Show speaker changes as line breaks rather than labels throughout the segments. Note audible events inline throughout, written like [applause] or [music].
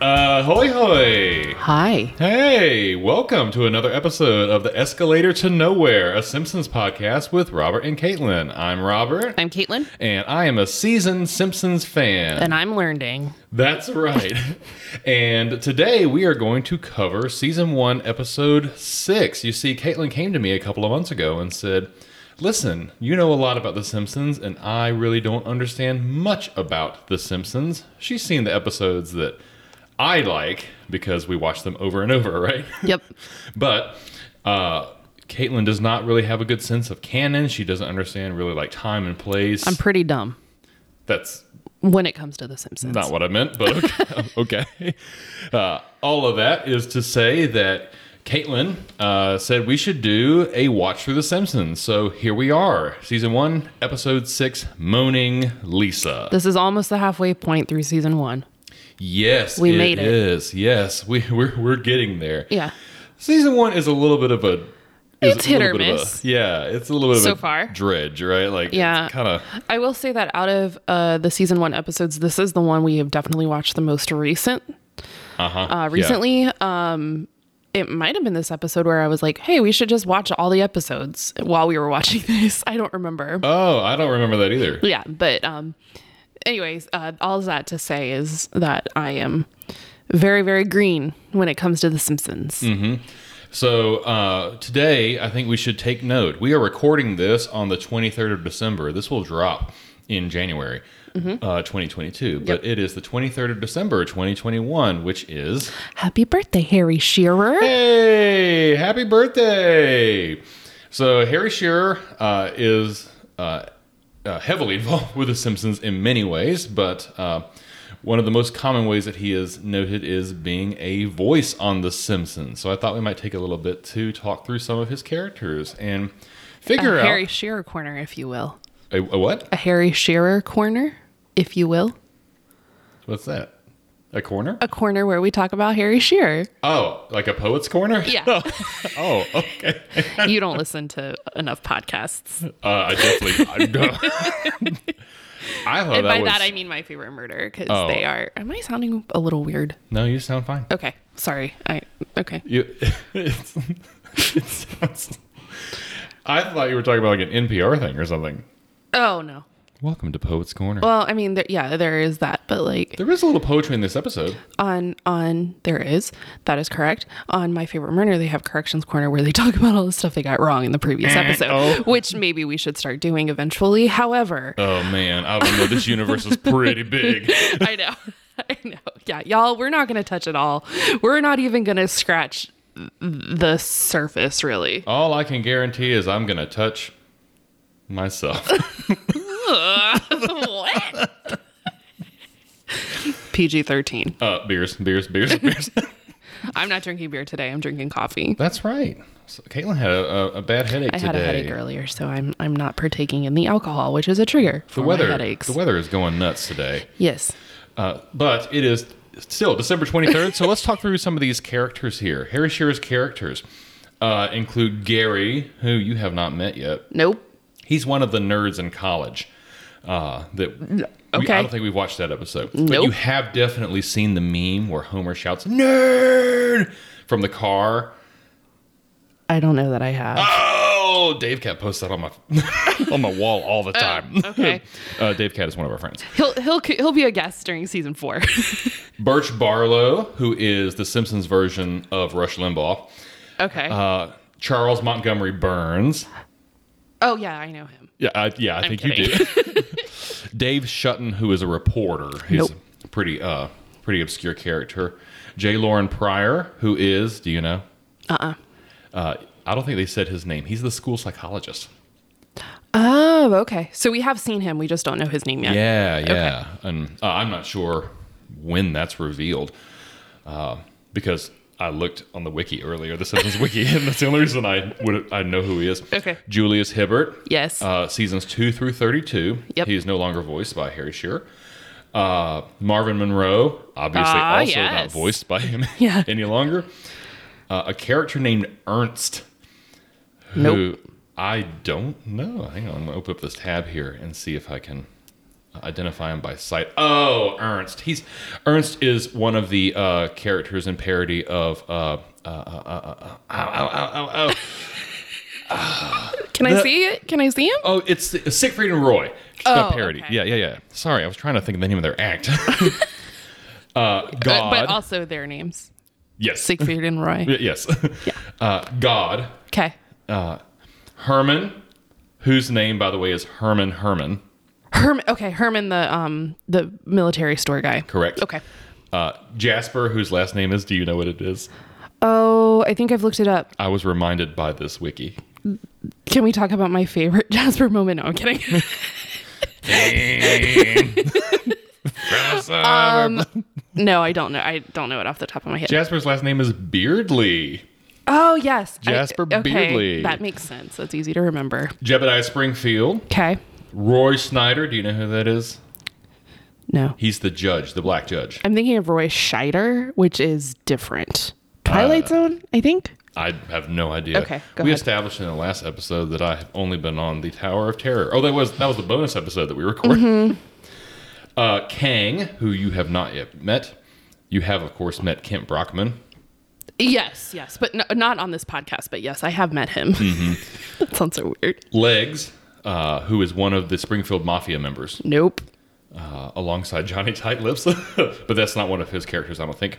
Uh, hoy hoy!
Hi.
Hey, welcome to another episode of The Escalator to Nowhere, a Simpsons podcast with Robert and Caitlin. I'm Robert,
I'm Caitlin.
and I am a seasoned Simpsons fan.
And I'm learning.
That's right. and today we are going to cover season one, episode six. You see, Caitlin came to me a couple of months ago and said, Listen, you know a lot about The Simpsons, and I really don't understand much about The Simpsons. She's seen the episodes that I like because we watch them over and over, [laughs] right?
Yep.
But uh, Caitlin does not really have a good sense of canon. She doesn't understand really like time and place.
I'm pretty dumb
That's
when it comes to The Simpsons.
not what I meant, but okay. [laughs] okay. Uh, all of that is to say that Caitlin uh, said we should do a watch through The Simpsons. So here we are, season one, episode six, Moaning Lisa.
This is almost the halfway point through season one.
Yes,
We made it.
is. Yes, we, we're, we're getting there.
Yeah.
Season one is a little bit of a. is
It's
a little
hit or
bit of a-
miss.
yeah, it's a little bit of
So
a
far.
dredge, right? Like,
Yeah.
kind of.
I will say that out of uh, the season one episodes, this is the one we have definitely watched the most recent.
Uh-huh.
Uh, recently, um, it might have been this episode where I was like, "Hey, we should just watch all the episodes while we were watching [laughs] this." I don't remember.
Oh, I don't remember that either.
yeah but um anyways uh all that to say is that i am very very green when it comes to the simpsons
Mm. So uh, today, I think we should take note. We are recording this on the 23rd of December. This will drop in January, uh, 2022. But it is the 23rd of December, 2021, which is
happy birthday harry shearer
hey, happy birthday! So Harry Shearer uh, is uh, uh, heavily [laughs] involved with The Simpsons in many ways, but uh, one of the most common ways that he is noted is being a voice on The Simpsons. So I thought we might take a little bit to talk through some of his characters and figure
a
out
Uh, harry shearer corner if you will
a, a what?
a harry shearer corner if you will
What's that? A corner?
a corner where we talk about
[laughs]
harry shearer
Oh, like a poet's corner?
yeah
Oh, okay.
you don't listen to enough podcasts
Uh, I definitely. I, don't- [laughs] I thought
and
that
by
was.
that i mean my favorite murder because
Oh.
they are am i sounding a little weird
No, you sound fine.
okay sorry i okay
You, [laughs] it's, it sounds. I thought you were talking about like an NPR thing or something.
oh no
Welcome to Poets Corner.
well i mean there, yeah there is that but like
there is a little poetry in this episode.
on on there is that is correct on my favorite murder they have corrections corner where they [laughs] talk about all the stuff they got wrong in the previous episode
oh.
which maybe we should start doing eventually however
Oh man, I don't know. This universe is pretty big.
[laughs] i know [laughs] i know yeah y'all we're not going to touch it all we're not even going to scratch the
[laughs]
surface really
All I can guarantee is I'm gonna touch
[laughs]
myself.
what pg-13
Uh, beers, beers, beers, beers.
i'm not drinking beer today i'm drinking coffee
That's right. So Caitlin had a, a, a bad headache
I
today.
had a headache earlier, so I'm I'm not partaking in the alcohol, which is a trigger for
The
my
weather,
headaches.
the weather is going nuts today.
yes,
Uh, but it is still December 23rd, so let's talk through some of these characters here. Harry Shearer's characters uh, include Gary, who you have not met yet.
Nope.
He's one of the nerds in college. Uh, that we, I
Okay.
don't think we've watched that episode. But
Nope.
you have definitely seen the meme where Homer shouts "nerd" from the car.
I don't know that I have.
Oh, Dave Cat posts that on my [laughs] on my wall all the time.
Oh, okay.
[laughs] uh, Dave Cat is one of our friends.
he'll he'll he'll be a guest during season four. [laughs]
Birch Barlow, who is the Simpsons version of Rush Limbaugh.
okay.
uh, Charles Montgomery Burns.
oh yeah, I know him.
Yeah, I, yeah, I think you
kidding.
do. Dave Shutton, who is a reporter, who's
Nope.
a pretty uh, pretty obscure character. J. Lauren Pryor, who is, do you know? Uh-uh. I don't think they said his name. He's the school psychologist.
Oh, okay. So we have seen him. We just don't know his name yet.
Yeah, yeah. And uh, I'm not sure when that's revealed uh, because I looked on the wiki earlier, the Simpsons wiki, [laughs] and that's the only reason I would I know who he is.
Okay.
Julius Hibbert.
Yes.
Uh, seasons two through 32.
Yep.
He is no longer voiced by Harry Shearer. Uh, Marvin Monroe, obviously
Ah,
also not
yes.
voiced by him
[laughs] Yeah.
any longer. Uh, a character named Ernst who
Nope.
I don't know. Hang on, I'm gonna open up this tab here and see if I can identify him by sight. Oh, Ernst. He's Ernst is one of the uh, characters in parody of. Uh, uh, uh, uh, uh, ow, ow, ow, ow, ow.
Can I see it? Can I see him?
Oh, it's the- Siegfried and Roy. It's a
Oh,
parody.
okay.
Yeah, yeah, yeah. Sorry, I was trying to think of the name of their act. [laughs] uh, God.
But, but also their names
yes.
Siegfried and Roy.
Y- yes. [laughs] Uh, God.
Okay.
Herman, whose name, by the way, is Herman Herman.
Herman. Okay. Herman, the um the military store guy.
Correct.
Okay.
Uh, Jasper, whose last name is, do you know what it is?
Oh, I think I've looked it up.
I was reminded by this wiki. [laughs]
Can we talk about my favorite [laughs] Jasper moment? No, I'm kidding.
[laughs]
Um, no, I don't know. I don't know it off the top of my head.
Jasper's last name is Beardley.
oh, yes. I-
Jasper Beardley.
That makes sense. That's easy to remember.
Jebediah Springfield.
Okay.
Roy Snyder, do you know who that is?
No.
He's the judge, the black judge.
I'm thinking of Roy Scheider, which is different. Twilight Zone, I think.
I have no idea.
Okay, go
we
ahead.
established in the last episode that I have only been on the Tower of Terror. Oh, that was that was the bonus episode that we recorded.
Mm-hmm.
Uh, Kang, who you have not yet met, you have of course met Kent Brockman.
Yes, yes, but no, not on this podcast. But yes, I have met him.
Mm-hmm.
[laughs] that sounds so weird.
Legs, uh, who is one of the Springfield Mafia members,
Nope.
uh, alongside Johnny Tight Lips, [laughs] but that's not one of his characters, I don't think.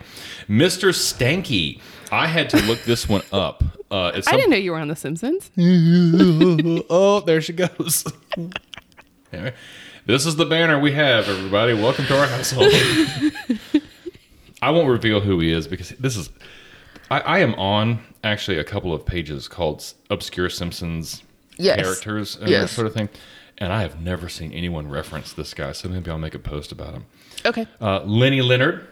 Mister Stanky, I had to look this one up. Uh, it's
I
some- Mm-hmm.
didn't know you were on The Simpsons.
[laughs] oh, there she goes. [laughs] Anyway, this is the banner we have, everybody. Welcome to our household. [laughs] I won't reveal who he is because this is. I, I am on actually a couple of pages called Obscure Simpsons
Yes.
characters and that
Yes.
sort of thing. And I have never seen anyone reference this guy, so maybe I'll make a post about him.
Okay.
Uh, Lenny Leonard,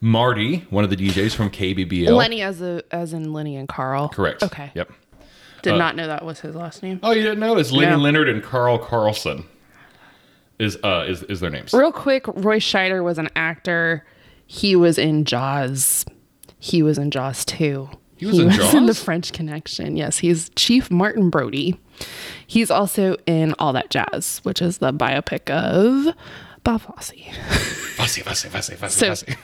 Marty, one of the DJs from KBBL.
Lenny, as a as in Lenny and Carl.
Correct.
Okay.
Yep. Uh,
Did not know that was his last name.
Oh, you didn't know? It's Lenny
No.
Leonard and Carl Carlson. Is uh is is their names?
Real quick, Roy Scheider was an actor. He was in Jaws. He was in Jaws too.
He was in
in the
Jaws?
French Connection. Yes, he's Chief Martin Brody. He's also in All That Jazz, which is the biopic of Bob Fosse.
Fussy, fussy, fussy, fussy,
So-
fussy.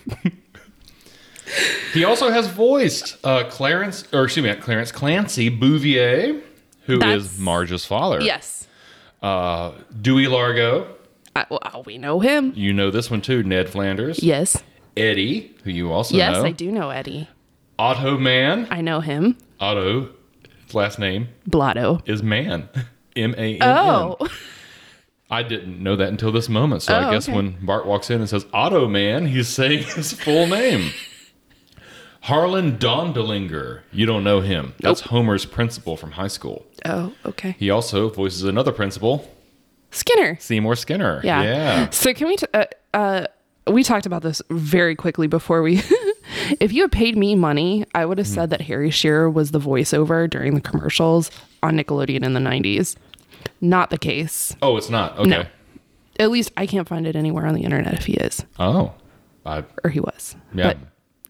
he also has voiced uh, Clarence, or excuse me, not Clarence Clancy Bouvier, who is
That's-
Marge's father.
Yes,
Uh, Dewey Largo,
I, well, oh, we know him.
you know this one too. Ned Flanders.
Yes,
Eddie, who you also
yes,
know.
I do know Eddie.
Otto Man.
I know him.
Otto, his last name
Blotto.
is Man. [laughs] M A N. N.
Oh, [laughs]
I didn't know that until this moment. So I
Oh,
guess
okay.
when Bart walks in and says Otto Man, he's saying [laughs] his full name. Harlan Dondelinger. You don't know him. That's Homer's principal from high school.
oh, okay.
He also voices another principal,
Skinner.
Seymour Skinner.
Yeah.
Yeah.
So can we? T- uh, uh, we talked about this very quickly before we. [laughs] if you had paid me money, I would have
Mm.
said that Harry Shearer was the voiceover during the commercials on Nickelodeon in the '90s. Not the case.
Oh, it's not. Okay.
No. At least I can't find it anywhere on the internet if he is
Oh. I,
or he was.
yeah.
But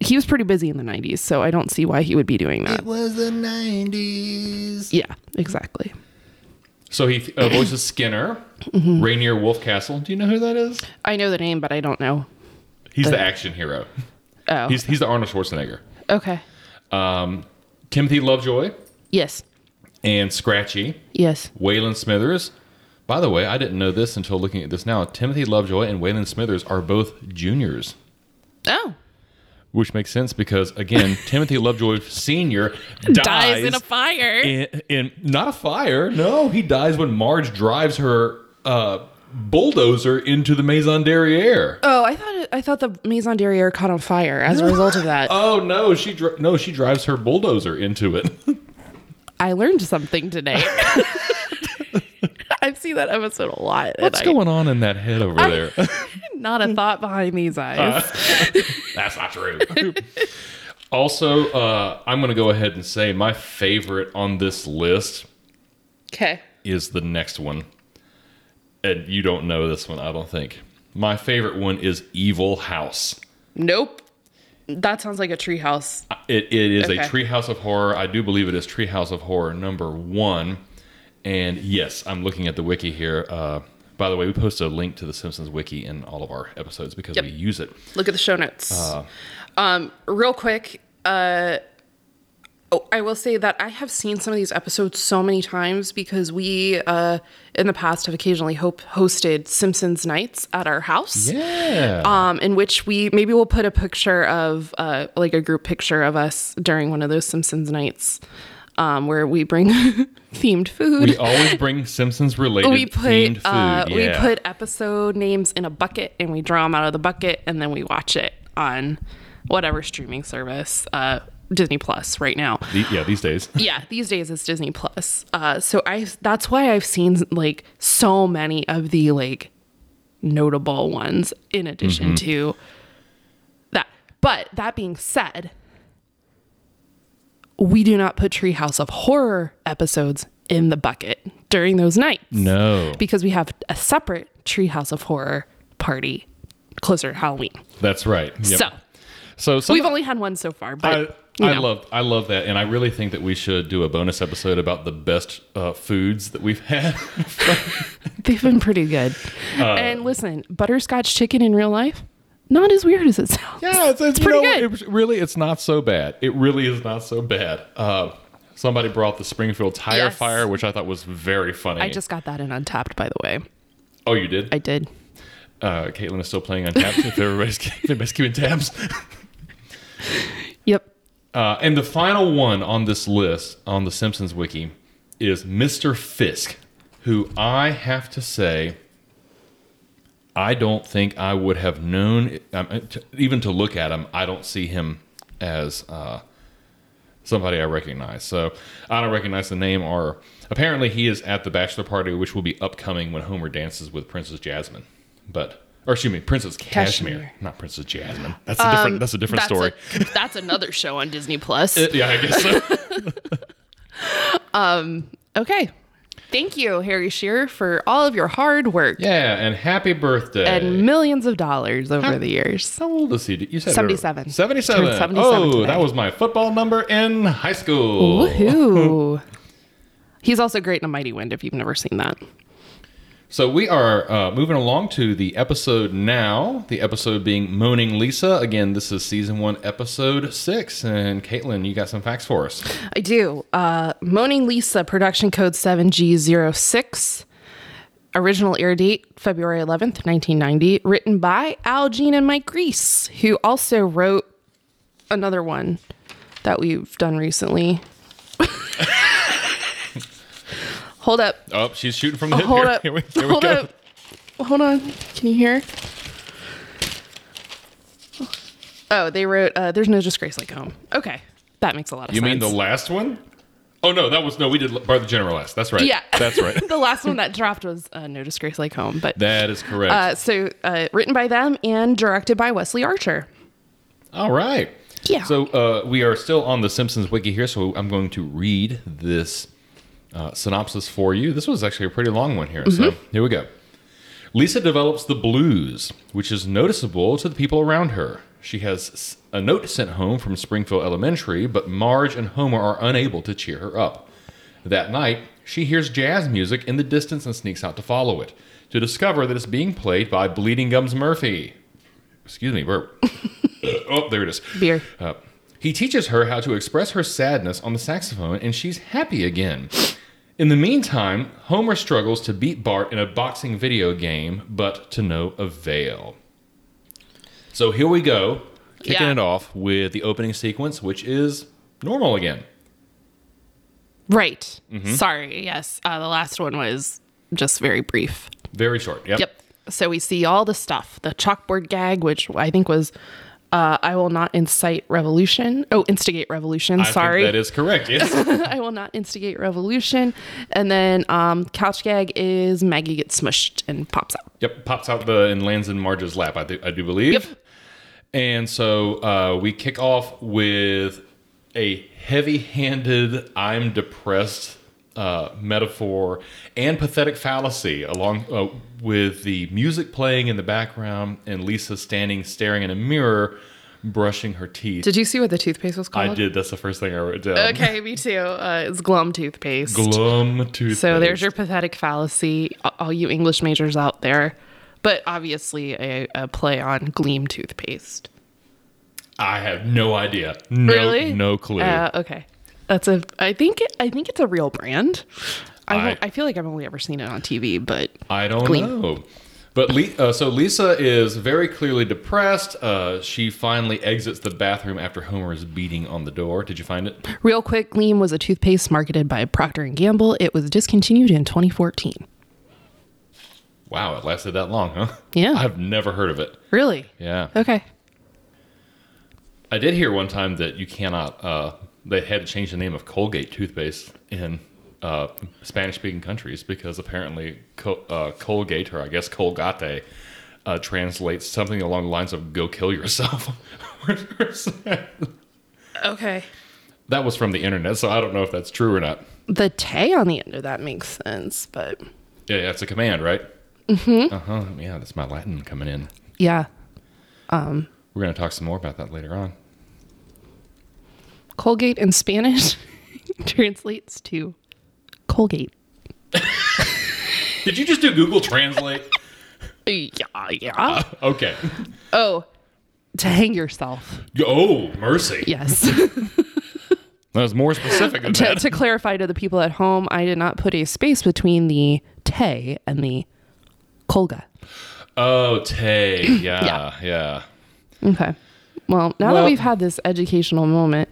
he was pretty busy in the '90s, so I don't see why he would be doing that.
was the 90s.
Yeah, exactly.
So he uh, voices Skinner,
Mm-hmm.
Rainier Wolfcastle. Do you know who that is?
I know the name, but I don't know.
He's the action hero.
Oh,
He's, he's the Arnold Schwarzenegger.
okay.
Timothy Lovejoy
Yes,
and Scratchy.
yes.
Waylon Smithers. By the way, I didn't know this until looking at this now. Timothy Lovejoy and Waylon Smithers are both juniors,
Oh,
which makes sense because
[laughs]
again, Timothy Lovejoy Senior dies,
dies in a fire.
in, in- not a fire. No, he dies when Marge drives her uh, bulldozer into the Maison Derriere.
Oh, I thought it, I thought the Maison Derriere caught on fire as a result of that.
Oh no, she dri- no she drives her bulldozer into it.
I learned something today. [laughs] I've seen that episode a lot.
What's going on in that head over there?
Not a thought behind these eyes.
That's not true. also, uh, I'm going to go ahead and say my favorite on this list
okay.
is the next one. And you don't know this one, I don't think. My favorite one is Evil House.
Nope. That sounds like a treehouse.
It, it is a
Okay.
Treehouse of Horror. I do believe it is Treehouse of Horror number one. And yes, I'm looking at the wiki here. Uh, By the way, we post a link to the Simpsons wiki in all of our episodes because we use it.
Look at the show notes. um, real quick, uh, oh, I will say that I have seen some of these episodes so many times because we, uh, in the past, have occasionally hope hosted Simpsons nights at our house.
Yeah.
Um, in which we maybe we'll put a picture of uh, like a group picture of us during one of those Simpsons nights, um, where we bring [laughs] themed food.
we always bring Simpsons related
we
themed
put
food.
uh, we
yeah.
put episode names in a bucket and we draw them out of the bucket and then we watch it on whatever streaming service uh, disney plus right now
The- yeah, these days.
yeah these days it's disney plus uh, so i that's why i've seen like so many of the like notable ones in addition to that but that being said we do not put treehouse of horror episodes in the bucket during those nights
No.
because we have a separate Treehouse of Horror party closer to Halloween.
That's right. Yep.
So
so some
we've only had one so far, but
I,
you
I
know.
love I love that, and I really think that we should do a bonus episode about the best uh, foods that we've
[laughs]
had.
they've been pretty good.
Uh,
and listen, butterscotch chicken in real life, not as weird as it sounds.
Yeah, it's, it's,
you
pretty
know,
good. It, really, it's not so bad. It really is not so bad. Uh, somebody brought the Springfield tire
Yes.
fire, which I thought was very funny.
I just got that in Untapped, by the way.
oh, you did.
I did.
uh, Caitlin is still playing on tabs. if everybody's, [laughs] if everybody's keeping tabs.
Yep.
Uh, and the final one on this list on the Simpsons wiki is Mr. Fisk, who I have to say, I don't think I would have known, um, t- even to look at him, I don't see him as uh, somebody I recognize. So I don't recognize the name, or apparently he is at the bachelor party, which will be upcoming when Homer dances with Princess Jasmine. But. Or excuse me, Princess Cashmere,
Cashmere.
not Princess Jasmine. That's a different. that's a different
that's
story.
a- that's another show on Disney Plus.
[laughs] yeah, I guess so.
okay. Thank you, Harry Shearer, for all of your hard work
Yeah, and happy birthday.
and millions of dollars over the years.
how old is he? You said
77.
77.
Turned 77
oh,
today.
that was my football number in high school.
Woohoo. He's also great in A Mighty Wind if you've never seen that.
So we are uh, moving along to the episode now. The episode being Moaning Lisa. Again, this is season one, episode six. And Caitlin, you got some facts for us.
I do. Uh, Moaning Lisa, production code 7G06. Original air date February 11th, 1990. Written by Al Jean and Mike Reese, who also wrote another one that we've done recently. [laughs] Hold up.
Oh, she's shooting from the hip.
Hold
here.
up.
[laughs] Here we, here we
Hold
go.
up. Hold on. Can you hear? Oh, they wrote, uh, There's no disgrace like home. Okay. That makes a lot of
You
sense.
mean the last one? Oh, no, that was, no, we did Bar the General last. That's right.
Yeah.
[laughs] That's
[laughs]
right.
the last one that dropped was uh, No Disgrace Like Home. But
that is correct.
uh, so uh, written by them and directed by Wesley Archer.
All right.
Yeah.
So uh, we are still on the Simpsons wiki here, so I'm going to read this uh, synopsis for you. This was actually a pretty long one here, so here we go. Lisa develops the blues, which is noticeable to the people around her. She has s- a note sent home from Springfield Elementary, but Marge and Homer are unable to cheer her up. That night, she hears jazz music in the distance and sneaks out to follow it, to discover that it's being played by Bleeding Gums Murphy. Excuse me, burp. oh, there it is.
Beer.
Uh, he teaches her how to express her sadness on the saxophone, and she's happy again. In the meantime, Homer struggles to beat Bart in a boxing video game, but to no avail. So here we go, kicking
Yeah.
it off with the opening sequence, which is normal again.
Right.
Mm-hmm.
Sorry. Yes. Uh, the last one was just very brief.
Very short. Yep.
Yep. So we see all the stuff the chalkboard gag, which I think was. Uh, I will not incite revolution. Oh, instigate revolution.
I think
sorry.
that is correct. Yes.
[laughs] I will not instigate revolution. And then um, couch gag is Maggie gets smushed and pops out.
yep. Pops out the and lands in Marge's lap. I do, I do believe.
Yep.
And so uh, we kick off with a heavy handed, I'm depressed uh, metaphor and pathetic fallacy, along uh, with the music playing in the background and Lisa standing staring in a mirror. brushing her teeth.
Did you see what the toothpaste was called?
I did. That's the first thing I wrote down.
Okay, me too. Uh, it's Glum toothpaste.
Glum toothpaste.
So there's your pathetic fallacy, a- all you English majors out there. But obviously, a, a play on Gleam toothpaste.
I have no idea. No,
really?
No clue.
Uh, okay, that's a. I think it, I think it's a real brand. I,
I-
don't- I feel like I've only ever seen it on TV, but
I don't
Glean.
know. But Le- uh, so Lisa is very clearly depressed. Uh, she finally exits the bathroom after Homer is beating on the door. Did you find it?
real quick, Gleam was a toothpaste marketed by Procter and Gamble. It was discontinued in 2014.
Wow, it lasted that long, huh?
Yeah.
I've never heard of it.
Really?
Yeah.
Okay.
I did hear one time that you cannot, uh, they had to change the name of Colgate toothpaste in uh, Spanish speaking countries because apparently Col- uh, Colgate, or I guess Colgate, uh, translates something along the lines of go kill yourself. [laughs]
Okay.
that was from the internet, so I don't know if that's true or not.
The Tay on the end of that makes sense, but
Yeah, that's a command, right? Mm-hmm. Uh huh. Yeah, that's my Latin coming in.
yeah,
We're going to talk some more about that later on.
Colgate in Spanish [laughs] translates to Colgate.
Did you just do Google Translate?
Yeah, yeah.
[laughs] okay.
Oh, Ah. to hang yourself.
Oh, mercy.
Yes.
That was more specific [laughs] than
[laughs] to,
that.
to clarify to the people at home, I did not put a space between the te and the colga.
Oh, Tay. Yeah, yeah.
Okay. Well, now
Well-
that we've had this educational moment,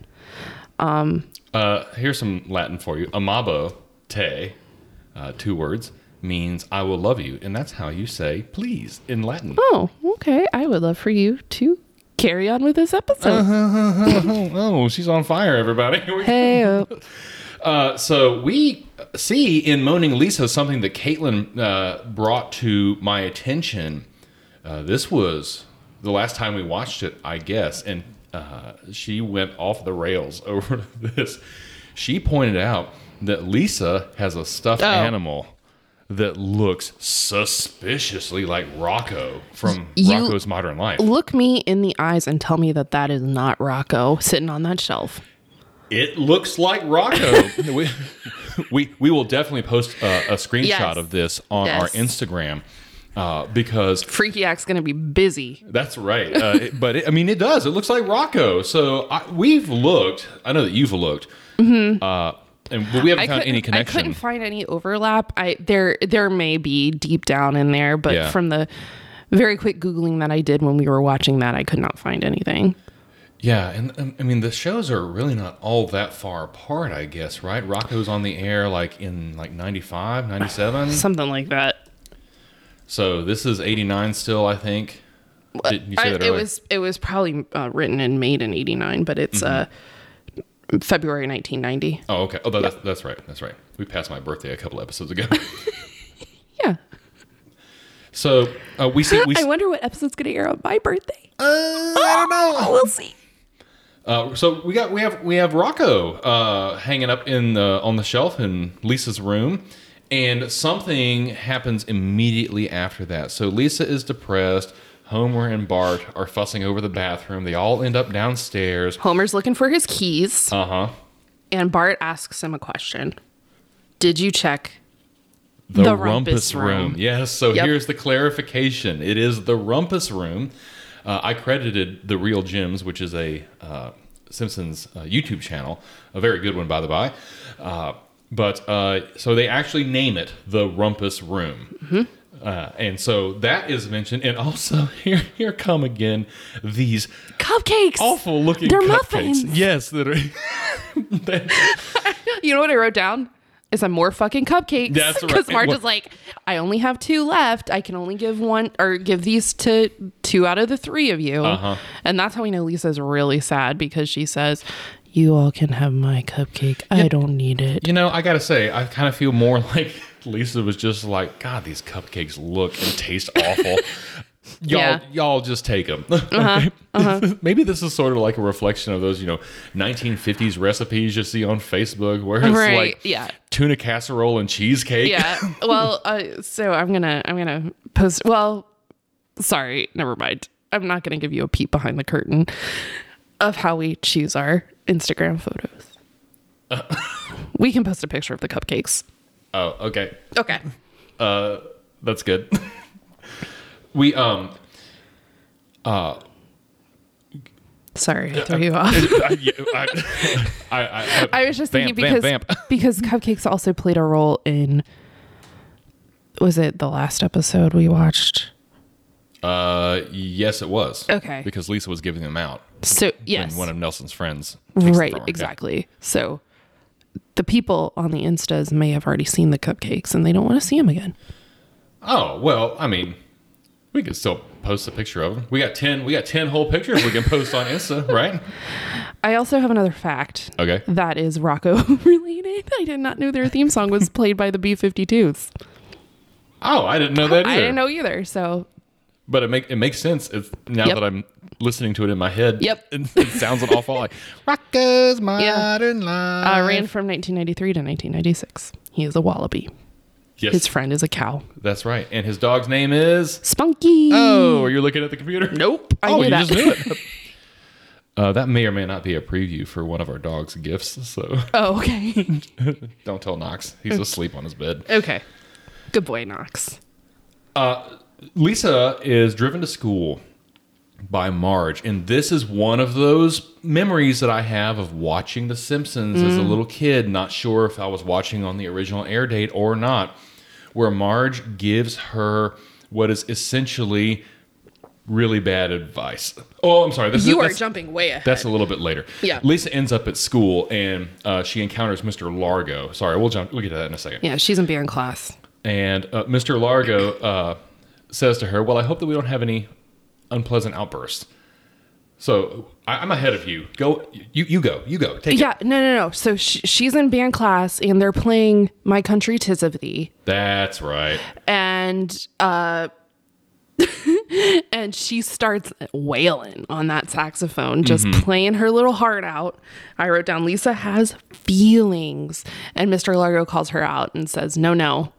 Uh, here's some Latin for you. Amabo, Tay, uh, two words, means I will love you. And that's how you say please in Latin.
oh, okay. I would love for you to carry on with this episode.
Oh, [laughs] oh, she's on fire, everybody. [laughs]
Hey, [laughs] oh.
Uh, so we see in Moaning Lisa something that Caitlin uh, brought to my attention. Uh, this was the last time we watched it, I guess, and uh, she went off the rails [laughs] over this. She pointed out that Lisa has a stuffed animal that looks suspiciously like Rocco from
You-
Rocco's Modern Life.
look me in the eyes and tell me that that is not Rocco sitting on that shelf.
It looks like [laughs] Rocco. we, we we will definitely post uh, a screenshot
Yes.
of this on our
Yes.
Instagram uh, because
Freaky Act's going to be busy.
that's right. Uh, it- [laughs] but it, I mean, it does. It looks like Rocco. So I, we've looked. I know that you've looked, uh, and but we haven't found
couldn't-
any
Mm-hmm. I couldn't
connection.
find any overlap. I there there may be deep down in there, but
Yeah.
from the very quick googling that I did when we were watching that, I could not find anything.
Yeah, and um, I mean the shows are really not all that far apart, I guess, right? Rocco's on the air like in like 95, 97.
Something like that.
so this is 89 still, I think. Did you say
I-
that
it
earlier?
was it was probably uh, written and made in '89, but it's
Mm-hmm.
uh, February 1990.
Oh, okay. Oh, that, that's, that's right. That's right. We passed my birthday a couple episodes ago. [laughs]
Yeah.
so uh, we see. We
[laughs] I
see
wonder what episode's going to air on my birthday. Oh,
uh, I don't know.
We'll see.
Uh, so we got we have we have Rocco uh, hanging up in the on the shelf in Lisa's room, and something happens immediately after that. So Lisa is depressed. Homer and Bart are fussing over the bathroom. They all end up downstairs.
Homer's looking for his keys.
Uh huh.
and Bart asks him a question. Did you check?
The,
The
rumpus,
rumpus
room.
room.
Yes. So
Yep.
here's the clarification. It is the rumpus room. Uh, I credited the Real Gems, which is a uh, Simpsons uh, YouTube channel, a very good one by the by. Uh, but uh, so they actually name it the rumpus room.
Mm-hmm.
Uh, and so that is mentioned, and also [laughs] here here come again these
Cupcakes.
awful looking
They're
cupcakes.
muffins.
Yes, that are. [laughs]
You know what I wrote down? Is some more fucking cupcakes.
That's right.
Because Marge
Well-
is like, I only have two left. I can only give one or give these to two out of the three of you.
Uh-huh.
And that's how we know Lisa's really sad because she says, You all can have my cupcake. I don't need it.
You know, I gotta say, I kind of feel more [laughs] like Lisa was just like, God, these cupcakes look and taste
[laughs]
awful. y'all,
Yeah. Uh-huh,
y'all just take them. [laughs] Maybe this is sort of like a reflection of those, you know, 1950s recipes you see on Facebook, where it's
Right,
like
yeah.
tuna casserole and cheesecake.
Yeah. well, uh, so I'm gonna I'm gonna post well sorry, never mind. I'm not going to give you a peep behind the curtain of how we choose our Instagram photos.
Uh. [laughs]
we can post a picture of the cupcakes.
Oh, okay.
Okay.
Uh, that's good. [laughs] we um [laughs]
Sorry, I threw you off.
I, yeah, I, I, I,
I was just
Vamp,
thinking because
vamp, vamp. [laughs]
because cupcakes also played a role in was it the last episode we watched?
Uh, yes, it was.
Okay.
Because Lisa was giving them out.
So
And
yes,
one of Nelson's friends. takes them
right,
from her. Yeah.
exactly. So the people on the instas may have already seen the cupcakes and they don't want to see them again.
Oh well, I mean, we could still post a picture of them. We got ten. We got ten whole pictures we can post on Insta, [laughs] right?
I also have another fact
Okay.
that is Rocco [laughs] related. I did not know their theme song was played by the B52s.
[laughs] Oh, I didn't know that either.
I didn't know either. So
But it make it makes sense. It's now
Yep.
that I'm listening to it in my head.
Yep.
[laughs] It, it sounds an awful lot like
[laughs]
Rocco's Modern
uh,
Life.
ran from 1993 to 1996. He is a wallaby.
yes,
His friend is a cow.
that's right. And his dog's name is.
Spunky.
Oh, are you looking at the computer?
Nope. I
oh,
knew
you
that.
just knew it. Uh, that may or may not be a preview for one of our dog's gifts, so
[laughs]
[laughs]
Oh, okay.
don't tell Knox. He's asleep on his bed.
okay. Good boy, Knox.
Lisa is driven to school by Marge, and this is one of those memories that I have of watching The Simpsons as
Mm.
a little kid, not sure if I was watching on the original air date or not, where Marge gives her what is essentially really bad advice. Oh, I'm sorry. This is,
You are
that's-
jumping way ahead.
That's a little bit later.
Yeah.
Lisa ends up at school and uh, she encounters Mr. Largo. Sorry, we'll jump. We'll get to that in a second.
yeah, she's in band class.
And uh, Mr. Largo uh, says to her, Well, I hope that we don't have any unpleasant outbursts. So I- I'm ahead of you. Go, you, you go, you go. Take it.
Yeah, no, no, no. So sh- she's in band class and they're playing My Country Tis of Thee.
That's right.
And, uh, [laughs] and she starts wailing on that saxophone, just playing her little heart out. I wrote down Lisa has feelings. And Mr. Largo calls her out and says, no, no,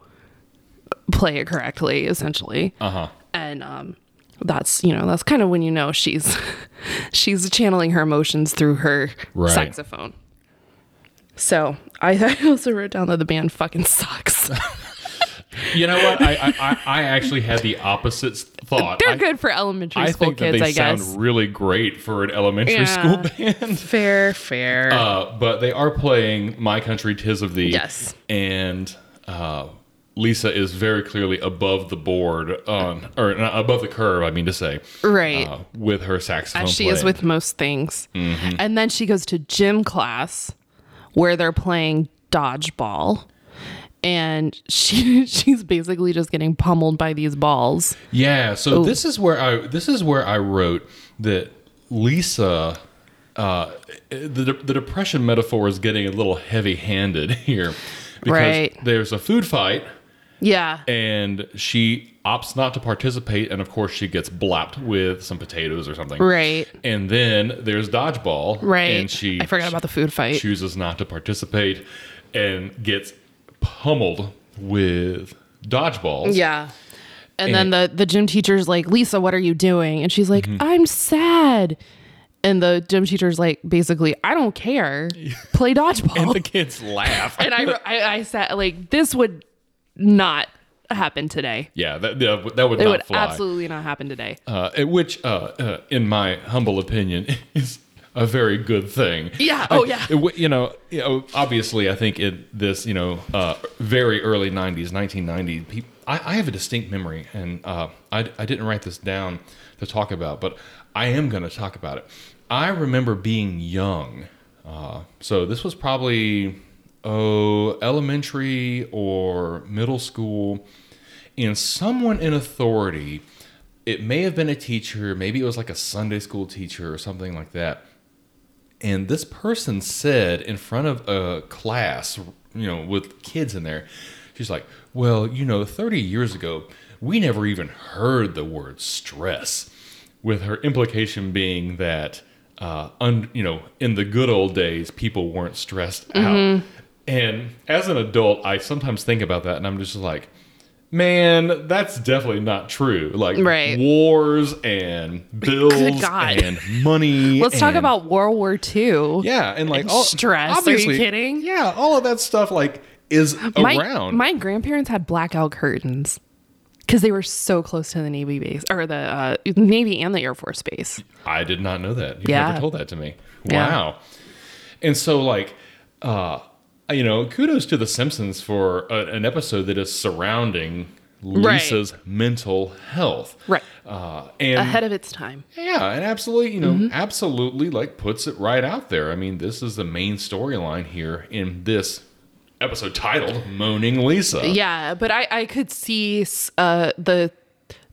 play it correctly, essentially.
Uh huh.
and um that's you know that's kind of when you know she's [laughs] she's channeling her emotions through her
Right.
saxophone so I, [laughs] I also wrote down that the band fucking sucks
You know what? I, I, I, I actually had the opposite thought.
they're
I,
good for elementary
I
school
think that
kids
they
i
sound
guess
really great for an elementary
Yeah.
school [laughs] band.
fair fair
Uh, but they are playing My Country Tis of Thee.
Yes.
And uh, Lisa is very clearly above the board on, or not above the curve, I mean to say.
Right.
Uh, with her saxophone.
as she is
playing.
with most things
Mm-hmm.
and then she goes to gym class where they're playing dodgeball and she [laughs] she's basically just getting pummeled by these balls
Yeah. So this is where I this is where I wrote that Lisa. Uh, the, de- the depression metaphor is getting a little heavy handed [laughs] here because
Right.
there's a food fight
yeah
and she opts not to participate and of course she gets blapped with some potatoes or something
Right.
and then there's dodgeball
right
and she
i forgot about the food fight
chooses not to participate and gets pummeled with dodgeballs
Yeah. And, then the the gym teacher's like, "Lisa, what are you doing?" And she's
Mm-hmm.
like, "I'm sad." And the gym teacher's like, basically, "I
[laughs]
don't care. Play dodgeball."
and
and,
the kids laugh [laughs]
I, wrote- I I sat like, this would not happen today.
yeah that, that would- that would
It
not
would
fly
absolutely not happen today.
uh, and which uh, uh, in my humble opinion [laughs] is a very good thing
Yeah.
Like,
Oh, yeah.
it w- you know you know, obviously i think in this you know uh, very early 90s 1990 peop I, I have a distinct memory and uh, I, I didn't write this down to talk about but i am going to talk about it i remember being young uh, so this was probably oh elementary or middle school and someone in authority it may have been a teacher maybe it was like a sunday school teacher or something like that and this person said in front of a class, you know, with kids in there, she's like, Well, you know, 30 years ago, we never even heard the word stress, with her implication being that, uh, un, you know, in the good old days, people weren't
Mm-hmm.
stressed out. And as an adult, I sometimes think about that and I'm just like, man, that's definitely not true. Like
Right.
wars and bills
God.
and money.
Let's talk
and-
about World War II.
yeah, and like
[laughs] and
all,
stress. Are you
obviously-
kidding?
Yeah, all of that stuff like is
my,
around.
My grandparents had blackout curtains because they were so close to the Navy base or the uh, Navy and the Air Force base.
I did not know that. You
Yeah.
never told that to me.
Yeah.
Wow. And so like uh you know, kudos to the Simpsons for a, an episode that is surrounding
Right.
Lisa's mental health.
Right.
Uh, and
Ahead of Mm-hmm. its time.
yeah, and absolutely, you know, absolutely like puts it right out there. I mean, this is the main storyline here in this episode titled Moaning Lisa.
Yeah, but I, I could see s- uh, the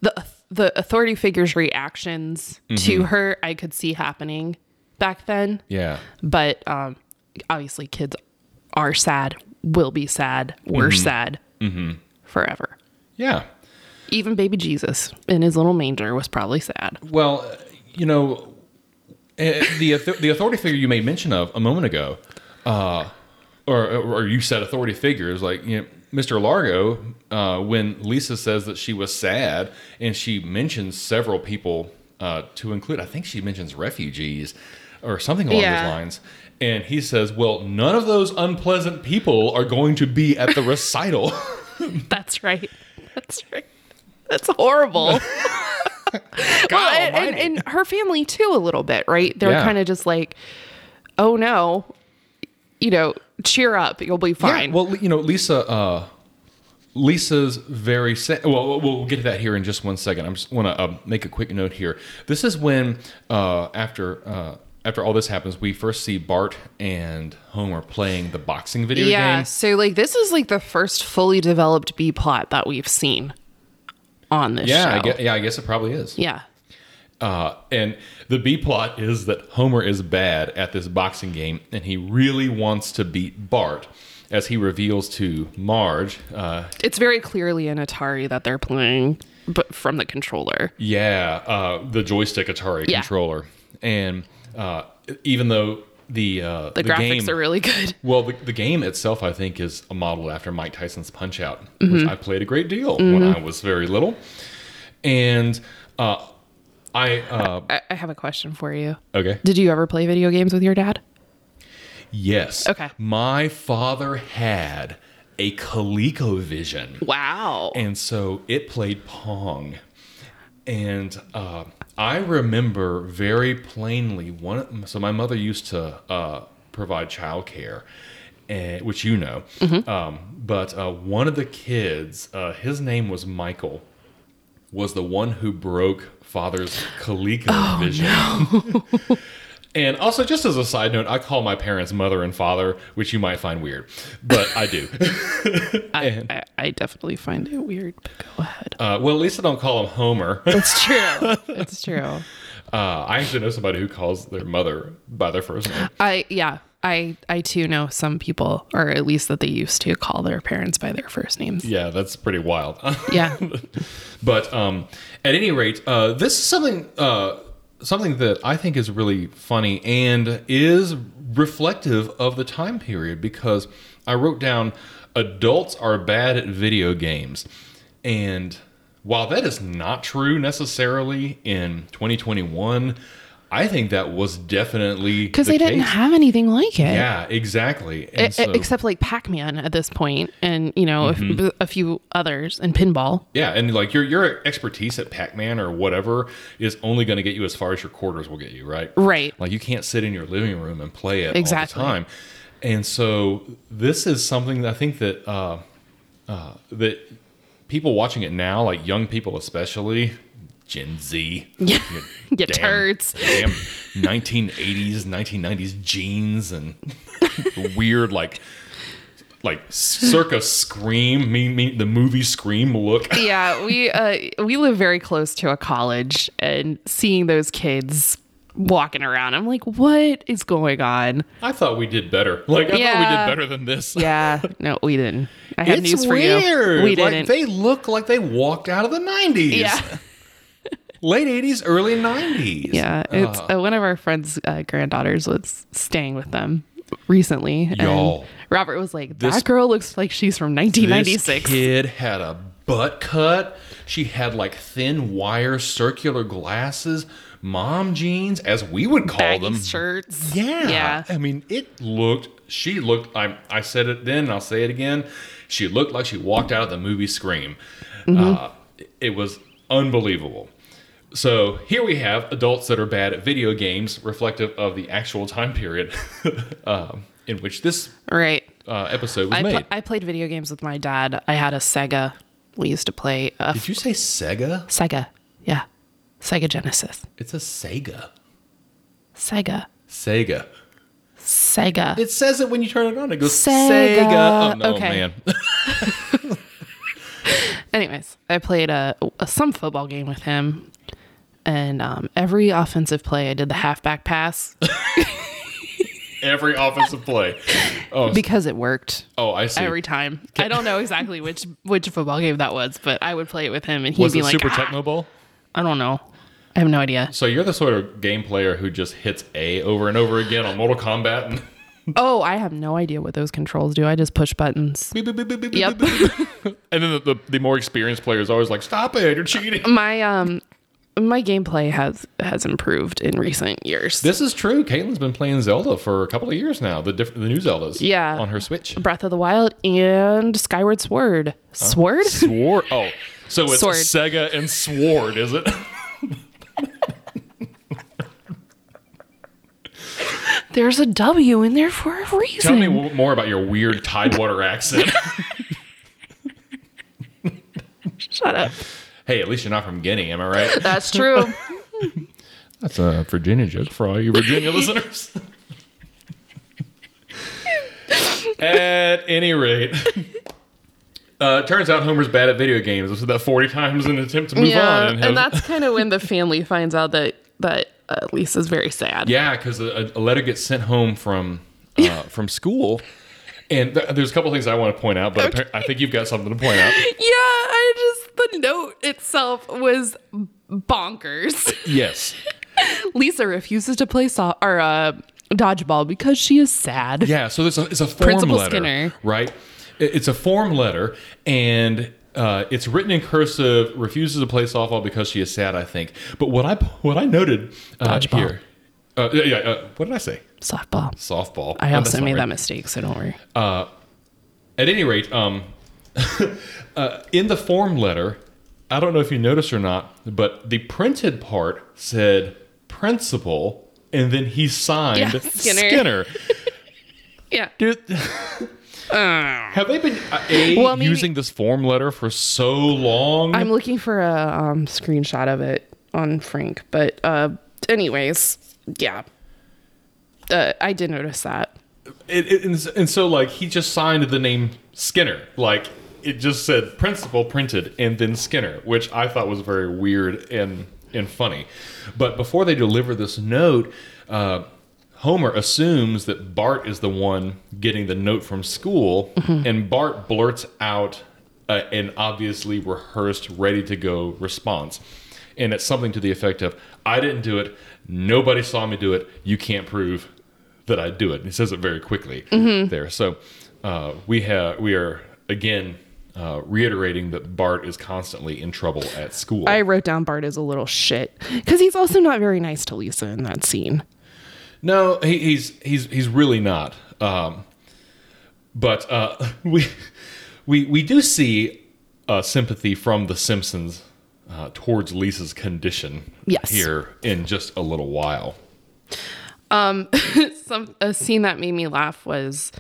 the the authority figures' reactions
Mm-hmm.
to her. I could see happening back then,
Yeah.
but um, obviously, kids are sad, will be sad, were
Mm-hmm.
sad forever.
Yeah.
Even baby Jesus in his little manger was probably sad. [laughs]
Well, you know, eh, the author- the authority figure you made mention of a moment ago, uh, or or you said authority figure is like you know, Mr. Largo. Uh, when Lisa says that she was sad, and she mentions several people uh, to include, I think she mentions refugees or something along
Yeah.
those lines. And he says, "Well, none of those unpleasant people are going to be at the recital."
That's right. That's right. That's
[laughs]
horrible. [laughs] well, and, and,
almighty.
and her family too, a little bit, right? They're
Yeah.
kind of just like, oh no, you know, cheer up, you'll be fine.
Yeah, well, you know, Lisa. Uh, Lisa's very sa- well, well. We'll get to that here in just one second. I'm just want to uh, make a quick note here. This is when uh, after uh, after all this happens, we first see Bart and Homer playing the boxing video
yeah.
game.
So like, this is like the first fully developed B plot that we've seen on this
Yeah, I
show.
guess, yeah, I guess it probably is.
yeah.
Uh, and the B plot is that Homer is bad at this boxing game, and he really wants to beat Bart, as he reveals to Marge. Uh,
It's very clearly an Atari that they're playing, but from the controller.
Yeah, uh, the joystick Atari
Yeah.
controller, and uh, even though the uh,
The, graphics
game,
are really good.
well, the, the game itself, I think, is modeled after Mike Tyson's Punch Out,
Mm-hmm.
which I played a great deal when I was very little, and uh, I uh,
I, I have a question for you.
okay,
Did you ever play video games with your dad?
yes,
Okay.
My father had a ColecoVision.
Wow.
And so it played Pong. And uh, I remember very plainly one. So my mother used to uh, provide childcare, and, which you know. Um, but uh, one of the kids, uh, his name was Michael, was the one who broke father's Coleco vision. [laughs] and also, just as a side note, I call my parents mother and father, which you might find weird, but I do. Eh.
I, I, I definitely find it weird, but go ahead.
Uh, well, at least I don't call him Homer. [laughs]
It's true. it's true.
Uh, I actually know somebody who calls their mother by their first name.
I yeah. I I too know some people, or at least that they used to call their parents by their first names.
Yeah, that's pretty wild. [laughs]
Yeah.
but um, at any rate, uh, this is something uh, something that I think is really funny and is reflective of the time period because I wrote down adults are bad at video games, and while that is not true necessarily in 2021, I think that was definitely
Because they
the
didn't
case.
have anything like it.
yeah, exactly. And
E- e-
so- Mm-hmm.
Except like Pac Man at this point, and you know, a f- a few others, and pinball. [laughs]
Yeah, and like your your expertise at Pac-Man or whatever is only going to get you as far as your quarters will get you, right?
Right.
Like you can't sit in your living room and play it
Exactly.
all the time. And so this is something that I think that uh, uh, that people watching it now, like young people especially, Gen Z,
Yeah. you
damn-
turds.
damn
[laughs]
1980s, 1990s jeans and [laughs] weird like like circa scream, mean, mean the movie Scream look.
yeah, we uh, we live very close to a college, and seeing those kids walking around, I'm like, what is going on?
I thought we did better. Like I
Yeah.
thought we did better than this.
Yeah, [laughs] no, we didn't. I had
It's
news for
weird.
you. We
Like,
didn't.
they look like they walked out of the '90s. [laughs]
yeah,
Late '80s, early '90s.
yeah. It's
Uh-huh.
uh, one of our friends' uh, granddaughters was staying with them recently, and
Y'all.
Robert was like, "That
This-
girl looks like she's from
This
1996."
kid had a butt cut. She had like thin wire circular glasses, mom jeans, as we would call
Baggy
them.
shirts.
Yeah.
Yeah.
I mean, it looked, she looked, I, I said it then and I'll say it again. She looked like she walked out of the movie Scream.
Mm-hmm.
Uh, it was unbelievable. So here we have adults that are bad at video games, reflective of the actual time period [laughs] um, in which this
Right.
uh, episode was
I,
made.
pl- I played video games with my dad. I had a Sega. We used to play a
Did you say Sega?
Sega. Yeah. Sega Genesis.
It's a Sega.
Sega.
Sega.
Sega.
It says it when you turn it on. It goes
Sega.
Sega. Oh no,
Okay.
man. [laughs]
Anyways, I played a, a some football game with him, and um, every offensive play I did the
[laughs]
halfback pass
Every offensive play.
because it worked
Oh, I see.
every time. I don't know exactly which which football game that was, but I would play it with him, and he'd
was
be
it
like,
Super
"Ah,
Tecmo Bowl?
"I don't know, I have no idea."
So you're the sort of game player who just hits A over and over again on Mortal Kombat and
Oh, I have no idea what those controls do. I just push buttons.
[laughs] beep, beep, beep, beep, beep,
Yep.
beep, beep,
[laughs]
beep. and then the, the, the more experienced player is always like, "Stop it! You're cheating."
My um, my gameplay has has improved in recent years.
This is true. Caitlin's been playing Zelda for a couple of years now. The diff- the new Zeldas.
Yeah.
On her Switch.
Breath of the Wild and Skyward Sword.
[laughs]
Sword.
Sword. Oh, so it's
Sword.
Sega and Sword, is [laughs] it?
There's a W in there for a reason.
Tell me w- more about your weird Tidewater accent.
[laughs]
[laughs]
Shut up.
hey, at least you're not from Guinea, am I right?
That's true.
That's a Virginia joke for all you
[laughs]
Virginia listeners. at any rate, uh, turns out Homer's bad at video games. I've said that 40 times in an attempt to move on.
yeah,
have-
and that's kind of when the family finds out that that uh, Lisa's very sad.
Yeah, because a, a letter gets sent home from
[laughs]
uh, from school. And th- there's a couple things I want to point out, but appar- I think you've got something to point
[laughs]
out.
Yeah, I just the note itself was bonkers.
Yes.
[laughs] Lisa refuses to play so- or uh, dodgeball because she is sad.
Yeah, so it's a, it's a form
Principal
letter,
Skinner.
right? It- It's a form letter, and uh, it's written in cursive. Refuses to play softball because she is sad. I think. But what I what I noted uh,
Dodgeball.
here, uh, yeah, yeah, uh, what did I say?
Softball.
Softball.
I
Oh,
also
that's not
made
right.
that mistake, so don't worry.
At any rate, um, [laughs] uh, in the form letter, I don't know if you noticed or not, but the printed part said principal, and then he signed
Yeah, [laughs] Skinner.
Skinner.
yeah.
Dude, Have they been uh, a,
Well, maybe-
using this form letter for so long?
I'm looking for a um, screenshot of it on Frank, but uh, anyways, yeah. Uh, I did notice that.
It- it- and, s- and so, like, he just signed the name Skinner. Like, it just said principal printed and then Skinner, which I thought was very weird and and funny. But before they deliver this note, uh, Homer assumes that Bart is the one getting the note from school, and Bart blurts out uh, an obviously rehearsed, ready to go response. And it's something to the effect of, I didn't do it. Nobody saw me do it. You can't prove that I do it. He says it very quickly
Mm-hmm.
there. So uh, we, have we are, again, uh, reiterating that Bart is constantly in trouble at school.
I wrote down Bart as a little shit because he's also not very nice to Lisa in that scene.
No, he, he's he's he's really not. Um, but uh, [laughs] we we we do see uh, sympathy from the Simpsons uh, towards Lisa's condition
Yes.
here in just a little while.
Some a scene that made me laugh was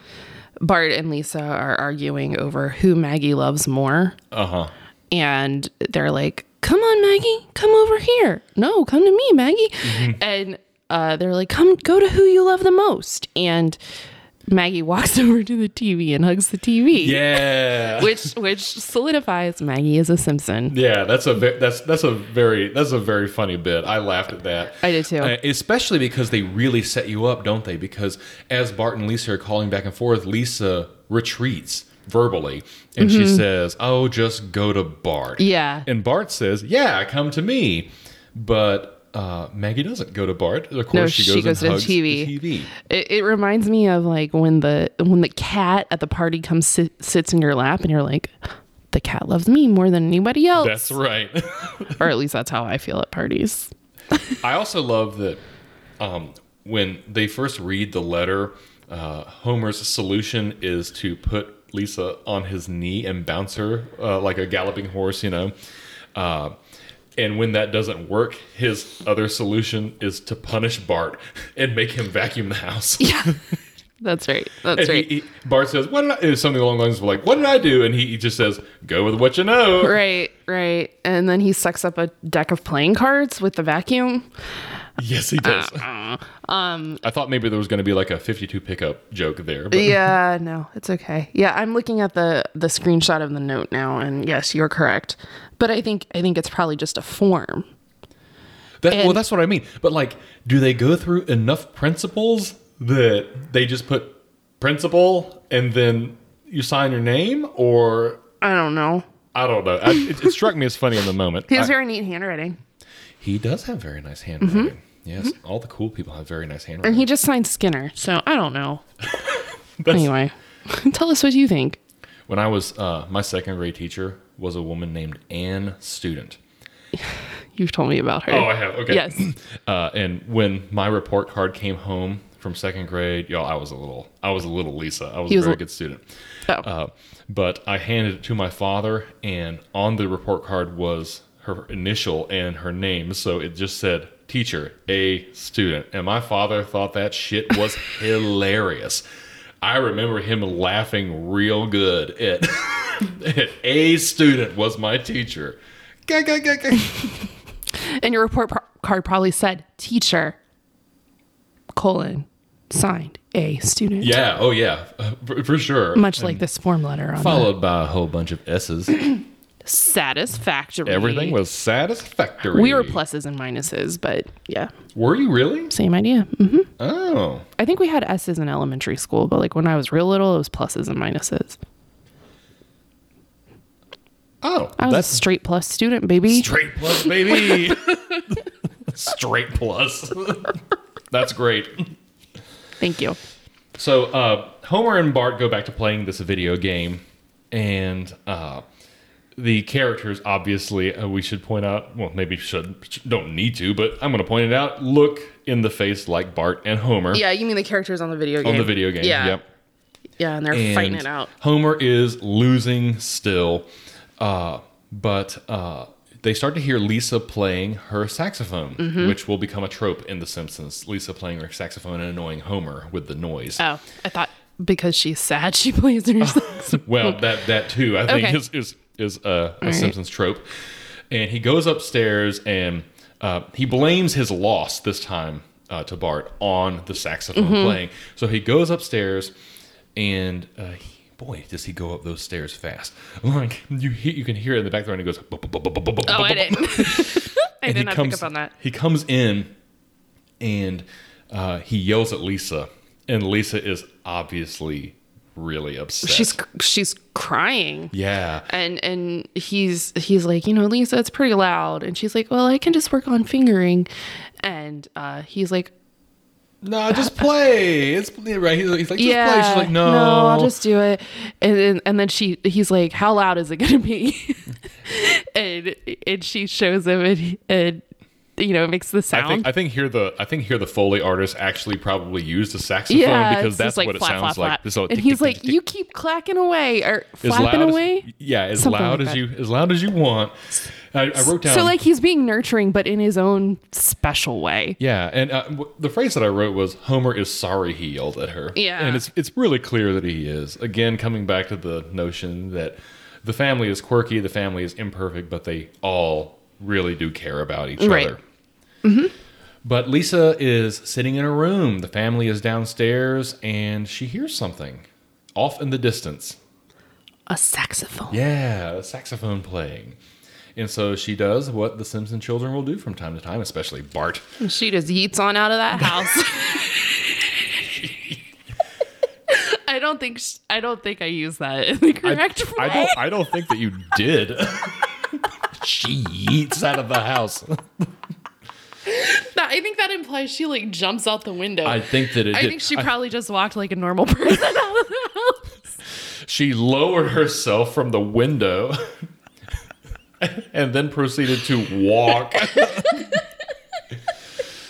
Bart and Lisa are arguing over who Maggie loves more,
Uh huh.
and they're like, "Come on, Maggie, come over here. No, come to me, Maggie."
Mm-hmm.
And uh, they're like, "Come, go to who you love the most." And Maggie walks [laughs] over to the TV and hugs the TV,
Yeah.
which which solidifies Maggie is a Simpson.
Yeah, that's a ve- that's that's a very that's a very funny bit. I laughed at that.
I did too.
Uh, especially because they really set you up, don't they? Because as Bart and Lisa are calling back and forth, Lisa retreats verbally, and she says, "Oh, just go to Bart."
Mm-hmm. Yeah.
And Bart says, "Yeah, come to me," but uh, Maggie doesn't go to Bart. Of course, she goes,
she goes
and
to
hugs
TV.
The TV.
It, it reminds me of like when the when the cat at the party comes sit, sits in your lap and you're like, the cat loves me more than anybody else.
That's right. [laughs]
or at least that's how I feel at parties. [laughs]
I also love that um, when they first read the letter, uh, Homer's solution is to put Lisa on his knee and bounce her uh, like a galloping horse, you know. Uh, and when that doesn't work, his other solution is to punish Bart [laughs] and make him vacuum the house.
Yeah. That's right. That's
[laughs] And he-
right.
he- Bart says, "What did I?" It was something along the lines of like, "What did I do?" And he, he just says, "Go with what you know."
Right, right. And then he sucks up a deck of playing cards with the vacuum.
[laughs] Yes, he does.
Uh-uh. Um,
I thought maybe there was going to be like a 52 pickup joke there. But
Yeah, no, it's okay. Yeah, I'm looking at the the screenshot of the note now and yes, you're correct. But I think I think it's probably just a form.
that, well,
and-
that's what I mean. But like, do they go through enough principles that they just put principal and then you sign your name? Or
I don't know.
I don't know. I, it, it struck me as funny in the moment.
He has
I-
very neat handwriting.
he does have very nice
Mm-hmm.
handwriting. Yes, all the cool people have very nice handwriting.
And he just signed Skinner, so I don't know.
That's-
anyway, [laughs] tell us what you think.
When I was uh, my second grade teacher was a woman named Anne Student.
You've told me about her.
Oh, I have. Okay.
Yes.
[clears throat] Uh, and when my report card came home from second grade, y'all, I was a little, I was a little Lisa. I was
He
a
was
very
a-
good student.
Oh.
Uh, but I handed it to my father, and on the report card was her initial and her name. So it just said teacher, a student. And my father thought that shit was hilarious. I remember him laughing real good at, [laughs] at a student was my teacher. Gah, gah, gah, gah.
And your report pro- card probably said teacher colon signed a student.
Yeah. Oh, yeah. Uh, For, for sure.
Much like this form letter on the
Followed by a whole bunch of S's.
satisfactory.
Everything was satisfactory.
we were pluses and minuses, but yeah,
Were you really?
same idea. hmm
Oh,
I think we had S's in elementary school, but like when I was real little, it was pluses and minuses.
oh,
I was
that's
a straight plus student, baby.
straight plus, baby. straight plus. that's great.
Thank you.
So uh, Homer and Bart go back to playing this video game, and uh, the characters obviously uh, we should point out. Well, maybe should don't need to, but I'm going to point it out. Look in the face like Bart and Homer.
Yeah, you mean the characters on the video game?
on the video game. Yep.
yeah, and they're
And Homer is losing still, uh, but uh, they start to hear Lisa playing her saxophone, which will become a trope in The Simpsons. Lisa playing her saxophone and annoying Homer with the noise.
Oh, I thought because she's sad, she [laughs] plays her.
[laughs]
saxophone.
well, that that too, I think
Okay.
is is is uh, a Simpsons trope. And he goes upstairs and uh, he blames his loss this time uh, to Bart on the saxophone
Mm-hmm.
playing. So he goes upstairs and. Uh, he- Boy, does he go up those stairs fast! [laughs] Like you, he, you can hear it in the background. He goes.
oh, I didn't. [laughs] I
And
did
he
not
comes,
pick up on that.
He comes in and uh, he yells at Lisa, and Lisa is obviously really upset.
She's she's crying.
yeah,
and and he's he's like you know lisa it's pretty loud and she's like well i can just work on fingering and uh he's like
No, just play. It's right. He's like, he's like just
yeah
play. She's like, no.
i'll just do it and then and then she he's like how loud is it gonna be [laughs] and and she shows him and, he- and you know makes the
I think
sound
I think here the I think here the foley artist actually probably used the saxophone because
it's
that's
just like
what it
flap,
sounds
flap,
like.
flap.
It's all
and
tick,
he's
tick,
like,
tick, tick.
"You keep clacking away or
As
flapping
loud as-
away."
yeah, as
Something
loud
like
as
that.
you as loud as you want. I, I wrote down
So like he's being nurturing, but in his own special way.
Yeah, and uh, w- the phrase that I wrote was Homer is sorry he yelled at her.
Yeah.
and it's it's really clear that he is. Again, coming back to the notion that the family is quirky, the family is imperfect, but they all really do care about each
Right.
other. Mm-hmm. But Lisa is sitting in her room. The family is downstairs, and she hears something off in the distance.
A saxophone.
Yeah, a saxophone playing. And so she does what the Simpson children will do from time to time, especially Bart.
She just yeets on out of
[laughs]
that house. [laughs] I don't think sh- I don't think I use that in the [laughs] correct
I
way.
don't. I don't think that you
[laughs]
did. she eats out of the house.
That- I think that implies she like jumps out the window.
I
I,
think that it. did.
think she
I-
[laughs] probably just walked like a normal person out of the house.
She lowered herself from the window and then proceeded to
[laughs]
walk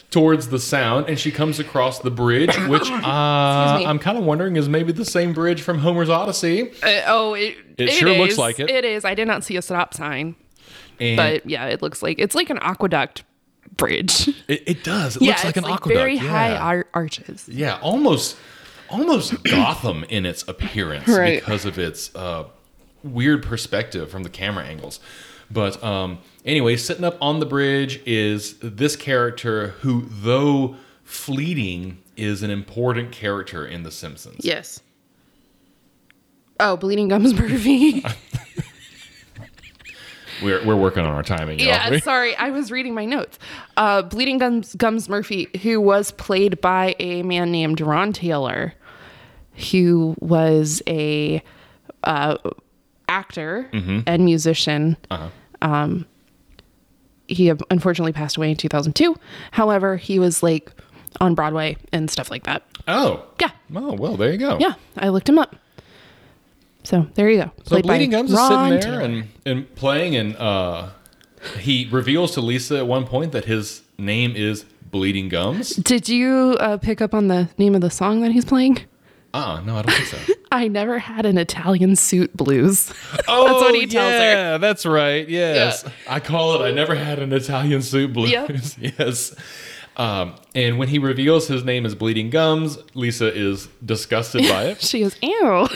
towards the sound. And she comes across the
[coughs]
bridge, which uh,
me.
I'm kind of wondering is maybe the same bridge from Homer's Odyssey.
Uh, oh, it,
It sure looks
is.
like it.
It is. I did not see a stop sign,
And
but yeah, it looks like it's like an aqueduct bridge.
it, it does. It
[laughs] yeah,
looks like
it's
an
like
aqueduct.
very high
yeah.
ar- arches.
Yeah, almost, [clears throat] almost Gotham in its appearance
Right.
because of its uh, weird perspective from the camera angles. But um, anyway, sitting up on the bridge is this character who, though fleeting, is an important character in The Simpsons.
Yes. Oh, bleeding gums, [laughs] Murphy.
We're, we're working on our timing. y'all.
yeah, sorry, I was reading my notes. Uh, bleeding gums, gums Murphy, who was played by a man named Ron Taylor, who was a uh, actor
Mm-hmm.
and musician.
Uh-huh.
Um, he unfortunately passed away in 2002. However, he was like on Broadway and stuff like that.
[laughs] Oh.
Yeah.
Oh well, there you go.
Yeah, I looked him up. So there you go.
So Bleeding Gums is sitting there
Taylor.
and, and playing, and uh, he reveals to Lisa at one point that his name is Bleeding Gums.
Did you uh, pick up on the name of the song that he's playing?
Ah, no, I don't
[laughs]
think so.
I never had an Italian suit blues. [laughs]
Oh,
That's what he tells her.
Yeah, that's right. Yes. I call it I never had an Italian soup blues.
Yeah.
[laughs] yes. Um, and when he reveals his name is Bleeding Gums, Lisa is disgusted by it.
she goes, ew.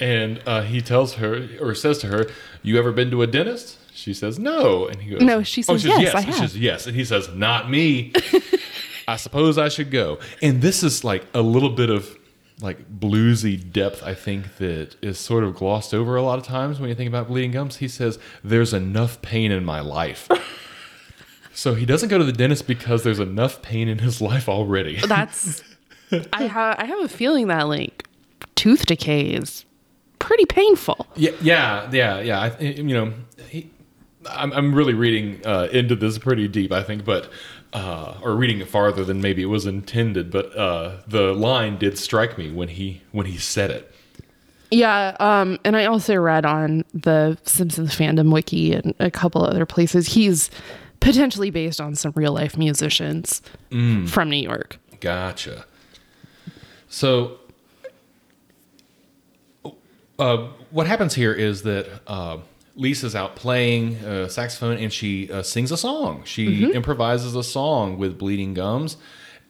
And uh, he tells her, or says to her, You ever been to a dentist? She says, No. And he goes, "Oh,
No, she says,
she says,
"Yes, I
And She
have."
says, Yes. And he says, Not me. [laughs] I suppose I should go. And this is like a little bit of like bluesy depth, I think, that is sort of glossed over a lot of times when you think about bleeding gums. He says, There's enough pain in my life. [laughs] so he doesn't go to the dentist because there's enough pain in his life already.
That's I have I have a feeling that like tooth decay is pretty painful.
Yeah, yeah, yeah, yeah. I, th- you know, he, I'm, I'm really reading uh, into this pretty deep, I think, but uh, or reading it farther than maybe it was intended. But uh, the line did strike me when he when he said it.
Yeah, um, and I also read on the Simpsons fandom wiki and a couple other places he's potentially based on some real life musicians
Mm.
from New York.
Gotcha. So, uh, what happens here is that uh, Lisa's out playing uh, saxophone and she uh, sings a song. She
Mm-hmm.
improvises a song with Bleeding Gums.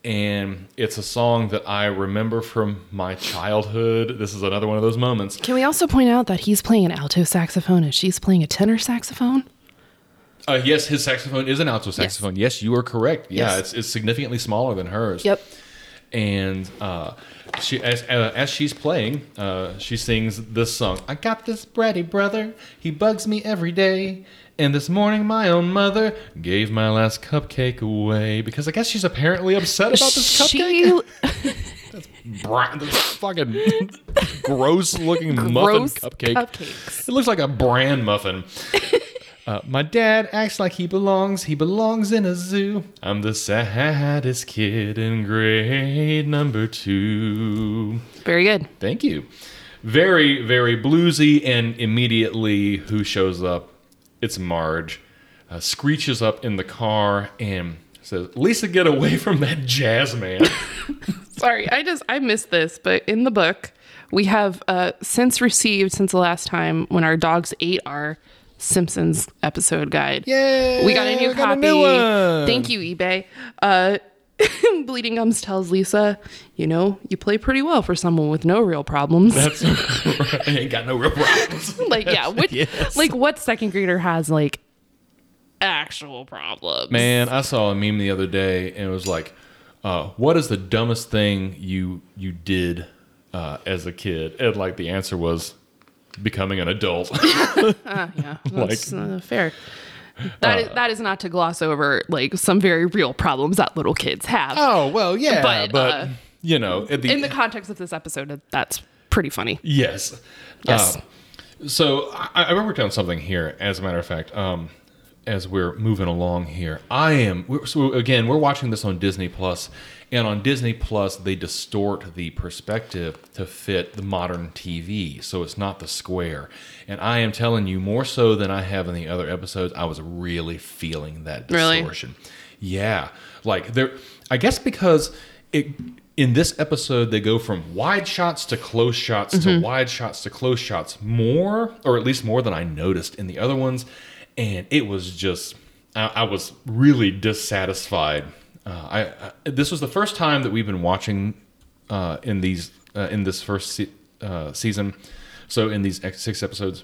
And it's a song that I remember from my childhood. This is another one of those moments.
Can we also point out that he's playing an alto saxophone and she's playing a tenor saxophone?
Uh, yes, his saxophone is an alto saxophone. Yes, you are correct. Yeah,
Yes.
it's, it's significantly smaller than hers. and uh, she as uh, as she's playing, uh, she sings this song. I got this bratty brother, he bugs me every day. And this morning, my own mother gave my last cupcake away because I guess she's apparently upset about this cupcake.
[laughs] She
Bra- this fucking [laughs] gross-looking
gross
muffin cupcake.
cupcakes.
It looks like a bran [laughs] muffin. Uh, my dad acts like he belongs. He belongs in a zoo. I'm the saddest kid in grade number two.
Very good.
Thank you. Very, very bluesy, and immediately who shows up? It's Marge. Uh, screeches up in the car and says, Lisa, get away from that jazz [laughs] man.
Sorry, I just I missed this, but in the book we have uh, since received since the last time when our dogs ate our Simpsons episode guide.
Yay!
we got a new
we
copy.
new one.
Thank you, eBay. Uh, [laughs] Bleeding Gums tells Lisa, you know, you play pretty well for someone with no real problems.
That's [laughs] right. ain't got no real problems.
[laughs] like,
[laughs]
yeah, which,
Yes.
like, what second grader has like actual problems?
Man, I saw a meme the other day, and it was like, uh, "What is the dumbest thing you you did uh, as a kid?" And like the answer was becoming an adult.
Yeah, that's uh, fair. That is, that is not to gloss over like some very real problems that little kids have.
oh well, [laughs] yeah,
But, uh,
you know, at the,
In the context of this episode, that's pretty funny.
yes,
Yes.
Uh, so I, I wrote down something here. As a matter of fact, um, as we're moving along here. I am we're- so again, we're watching this on Disney Plus, and on Disney Plus they distort the perspective to fit the modern TV, so it's not the square. And I am telling you more so than I have in the other episodes, I was really feeling that
Really?
distortion distortion. Yeah, like there. I guess because it in this episode they go from wide shots to close shots to wide shots to close shots more, or at least more than I noticed in the other ones, and it was just I, I was really dissatisfied. Uh, I, I this was the first time that we've been watching uh, in these uh, in this first se- uh, season, so in these ex- six episodes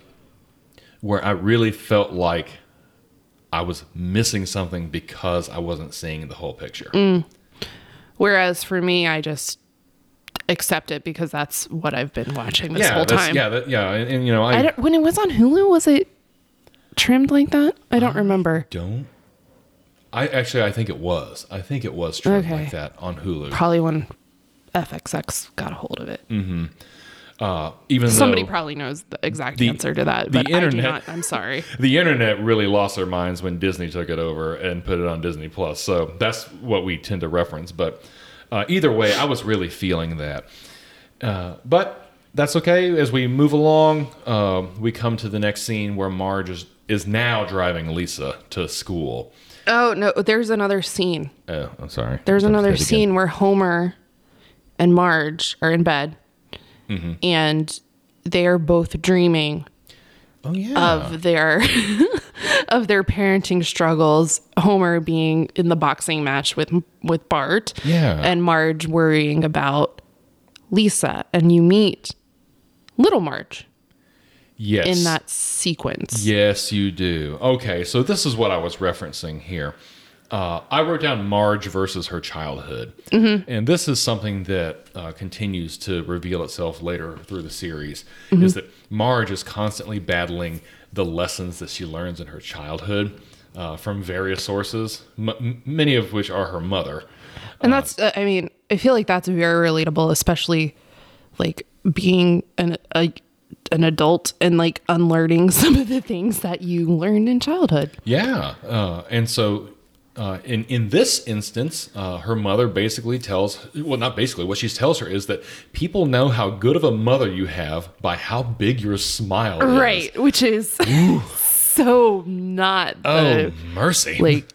where I really felt like I was missing something because I wasn't seeing the whole picture.
Mm, Whereas for me, I just accept it because that's what I've been watching this
yeah,
whole
that's-
time.
yeah, that, yeah, and, and, you know, I,
I
don't,
don't, when it was on Hulu, was it trimmed like that? I don't remember.
I actually, I think it was. I think it was trimmed
Okay.
like that on Hulu.
Probably when FXX got a hold of it.
Even
Somebody
though
probably knows the exact
The-
answer to that.
the
but I do
internet-
not. I'm sorry.
the internet really lost their minds when Disney took it over and put it on Disney Plus. So that's what we tend to reference. But uh, either way, I was really feeling that. Uh, but that's okay. As we move along, um, we come to the next scene where Marge is, is now driving Lisa to school.
Oh no, there's another scene.
Oh, I'm sorry.
There's
Jumped
another
ahead again.
scene where Homer and Marge are in bed,
Mm-hmm.
and they are both dreaming
Oh yeah.
of their [laughs] of their parenting struggles. Homer being in the boxing match with with Bart,
Yeah.
and Marge worrying about Lisa. And you meet little Marge
yes.
in that sequence.
Yes, you do. Okay, so this is what I was referencing here. Uh, I wrote down Marge versus her childhood,
Mm-hmm.
and this is something that uh, continues to reveal itself later through the series.
Mm-hmm.
Is that Marge is constantly battling the lessons that she learns in her childhood uh, from various sources, m- m- many of which are her mother.
And that's, uh, I mean, I feel like that's very relatable, especially like being an a, an adult and like unlearning [laughs] some of the things that you learned in childhood.
Yeah, uh, and so uh, in in this instance, uh, her mother basically tells well, not basically what she tells her is that people know how good of a mother you have by how big your smile is.
which is [laughs] so not
Oh mercy.
Uh, like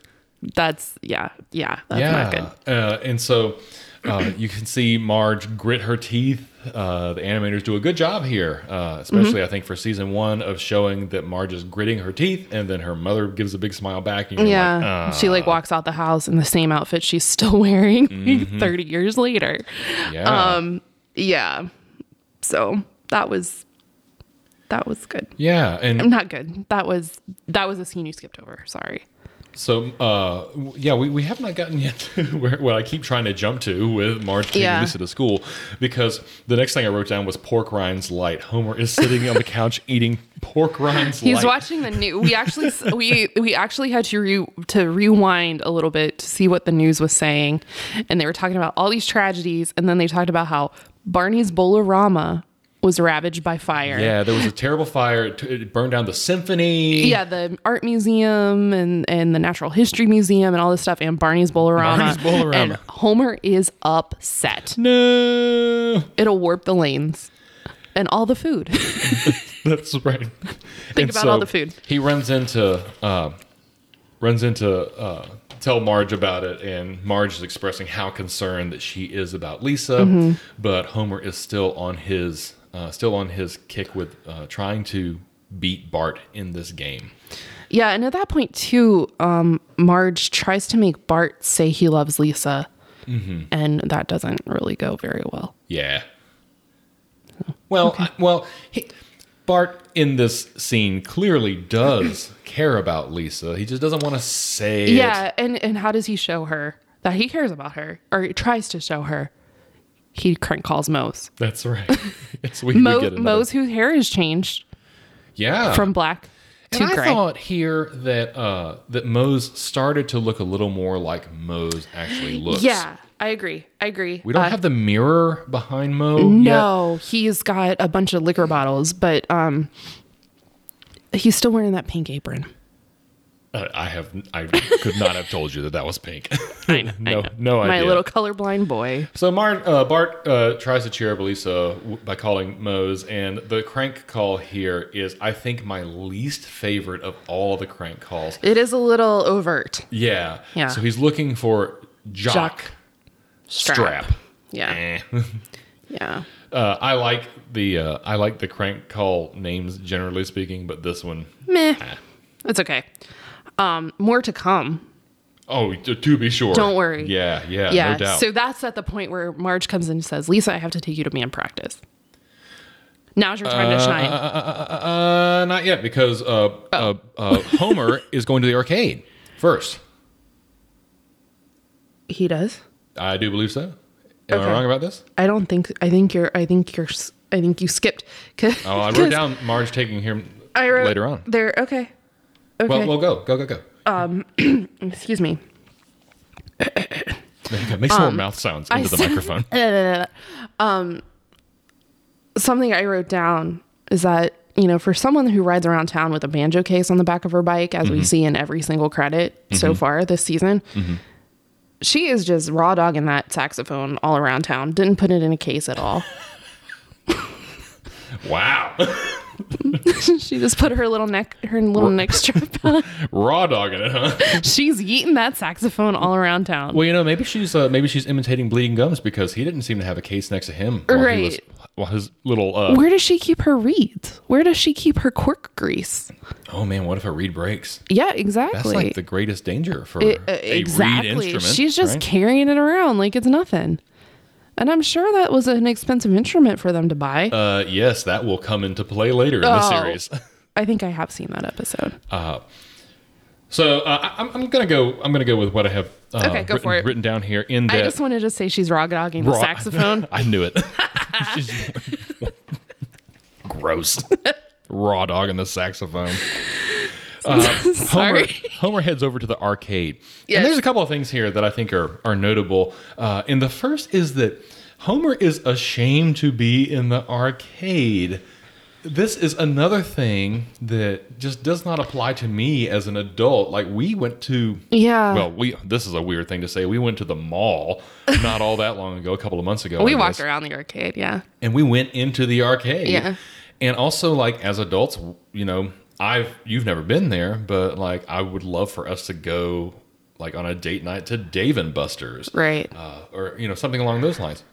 that's yeah, yeah, that's not good.
Uh, and so uh, you can see Marge grit her teeth. Uh, the animators do a good job here, uh, especially
Mm-hmm.
I think for season one of showing that Marge is gritting her teeth, and then her mother gives a big smile back. And you're
Yeah.
like,
she
uh.
like walks out the house in the same outfit she's still wearing [laughs] 30 years later.
Mm-hmm. yeah.
Um, Yeah. So that was that was good.
yeah, and
Not good. That was that was a scene you skipped over. Sorry.
So, uh, w- yeah, we, we have not gotten yet [laughs] to where, what I keep trying to jump to with Marge taking
Yeah.
Lisa to school because the next thing I wrote down was pork rinds light. Homer is sitting
[laughs]
on the couch eating pork rinds
He's
light.
watching the new. We actually s- we we actually had to re, to rewind a little bit to see what the news was saying, and they were talking about all these tragedies, and then they talked about how Barney's Bolorama was ravaged by fire.
yeah, there was a terrible fire. It, it burned down the symphony.
Yeah, the art museum and and the natural history museum and all this stuff and Barney's Bolorama.
Barney's Bolorama.
And Homer is upset.
No,
It'll warp the lanes and all the food. [laughs]
[laughs] that's right. Think
about all the food.
He runs into uh, runs into uh, tell Marge about it, and Marge is expressing how concerned that she is about Lisa,
Mm-hmm.
but Homer is still on his uh, still on his kick with uh, trying to beat Bart in this game.
yeah, and at that point too, um, Marge tries to make Bart say he loves Lisa,
Mm-hmm.
and that doesn't really go very well.
Yeah. Well, I- well, he, Bart in this scene clearly does care about Lisa. He just doesn't want to say it.
Yeah, and and how does he show her that he cares about her or he tries to show her? He crank calls Mose.
That's right. [laughs] yes, we, we
Mo,
get another-
Mose, whose hair is changed
Yeah.
from black to
and I
gray.
thought here that uh, that Mose started to look a little more like Mose actually looks.
Yeah, I agree. I agree.
We don't
Uh,
have the mirror behind Mo yet.
No, he's got a bunch of liquor bottles, but um, he's still wearing that pink apron.
Uh, I have I could not have told you that that was pink.
[laughs] I know.
[laughs] no, no
My
idea.
little colorblind boy.
So Mar- uh, Bart uh, tries to cheer up Elisa w- by calling Mose, and the crank call here is, I think, my least favorite of all the crank calls.
It is a little overt.
Yeah.
Yeah.
So he's looking for jock,
Jock.
strap.
Yeah.
Eh. [laughs]
Yeah.
Uh, I like the uh, I like the crank call names generally speaking, but this one,
Meh.
Eh.
It's okay. Um, more to come.
oh, to, to be sure.
Don't worry.
Yeah, yeah,
Yeah.
Uh, no doubt.
so that's at the point where Marge comes in and says, Lisa, I have to take you to band practice. Now's your time to shine. Oh.
uh, not yet, because uh, uh, uh, Homer [laughs] is going to the arcade first.
He does.
I do believe so. Am
Okay.
I wrong about this?
I don't think, I think you're, I think you're, s- I think you skipped.
Oh,
[laughs]
I wrote down Marge taking him later on.
There. Okay. Okay.
Well, well, go, go, go, go. [laughs]
Excuse me.
There you go. Make some more mouth sounds into the
Um, said- [laughs] uh,
microphone.
something I wrote down is that, you know, for someone who rides around town with a banjo case on the back of her bike, as
Mm-hmm.
we see in every single credit so far this season, she is just raw dogging that saxophone all around town. Didn't put it in a case
[laughs]
at all. [laughs]
Wow. [laughs]
she just put her little neck, her little neck strap on. [laughs]
Raw dogging it, huh?
She's eating that saxophone all around town.
Well, you know, maybe she's uh, maybe she's imitating bleeding gums because he didn't seem to have a case next to him. While He was,
Right.
while his little. Uh,
Where does she keep her reeds? Where does she keep her cork grease?
oh man, what if a reed breaks?
Yeah, exactly.
That's like the greatest danger for
Uh,
a
exactly.
reed instrument.
She's just
right?
carrying it around like it's nothing. And I'm sure that was an expensive instrument for them to buy.
Uh, yes, that will come into play later in the
Oh.
series. [laughs]
I think I have seen that episode.
So uh, I- I'm, I'm gonna go. I'm gonna go with what I have. Uh,
Okay, go
written,
for it.
written down here in that
I just wanted to say she's raw dogging the
raw- [laughs]
saxophone.
I knew
[laughs]
it. She's- gross. Raw dog and the
[laughs]
saxophone. Uh, Homer,
Sorry.
Homer heads over to the arcade.
Yes.
And there's a couple of things here that I think are, are notable. Uh, and the first is that Homer is ashamed to be in the arcade. This is another thing that just does not apply to me as an adult. Like, we went to.
Yeah.
Well, we this is a weird thing to say. We went to the
[laughs]
mall not all that long ago, a couple of months ago.
we
I
walked
guess
around the arcade, yeah.
and we went into the arcade.
Yeah.
And also, like as adults, you know, I've you've never been there, but like I would love for us to go like on a date night to Dave and Buster's,
Right.
Uh, or you know something along those lines.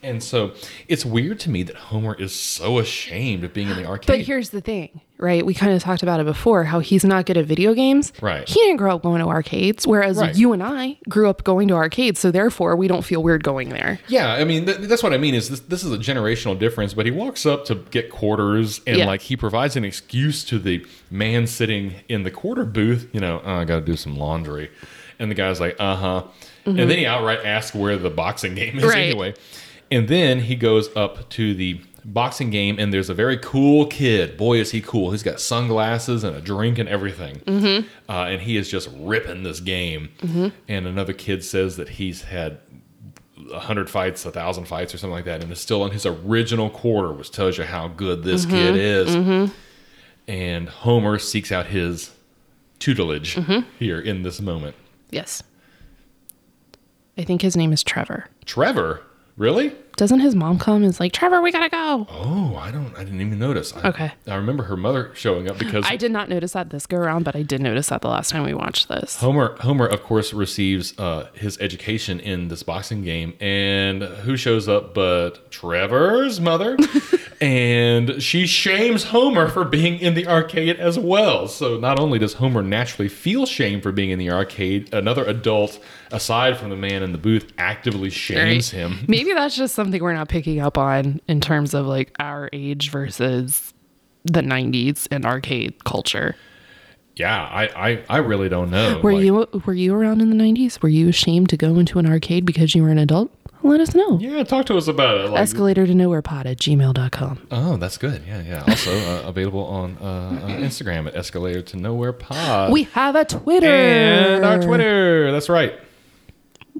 And so it's weird to me that Homer is so ashamed of being in the arcade.
But here's the thing, right? We kind of talked about it before how he's not good at video games.
Right.
He didn't grow up going to arcades, whereas
Right.
you and I grew up going to arcades. So therefore, we don't feel weird going there.
Yeah, I mean th- that's what I mean is this this is a generational difference. But he walks up to get quarters, and
Yeah.
like he provides an excuse to the man sitting in the quarter booth. You know, oh, I got to do some laundry, and the guy's like, uh huh, and then he outright asks where the boxing game is
Right.
anyway, and then he goes up to the boxing game and there's a very cool kid boy is he cool he's got sunglasses and a drink and everything uh, and he is just ripping this game and another kid says that he's had a hundred fights, a thousand fights, or something like that, and is still on his original quarter, which tells you how good this kid is. And Homer seeks out his tutelage here in this moment.
Yes. I think his name is Trevor.
Trevor, really?
Doesn't his mom come and is like, Trevor, we gotta go?
Oh, I don't. I didn't even notice. I,
Okay.
I remember her mother showing up because
I did not notice that this go around, but I did notice that the last time we watched this.
Homer, Homer, of course, receives uh, his education in this boxing game, and who shows up but Trevor's
[laughs]
mother, and she shames Homer for being in the arcade as well. So not only does Homer naturally feel shame for being in the arcade, another adult aside from the man in the booth actively shames
Right?
him. [laughs]
Maybe that's just something we're not picking up on in terms of like our age versus the 90s and arcade culture.
Yeah, I, I, I really don't know.
Were
Like,
you were you around in the 90s? Were you ashamed to go into an arcade because you were an adult? Let us know.
Yeah, talk to us about it. Like,
Escalator to nowhere pod at gmail.com.
oh, that's good. Yeah, yeah. Also uh, available on uh, uh, Instagram at Escalator to Nowhere Pod.
We have a Twitter.
And Uh, our Twitter. That's right.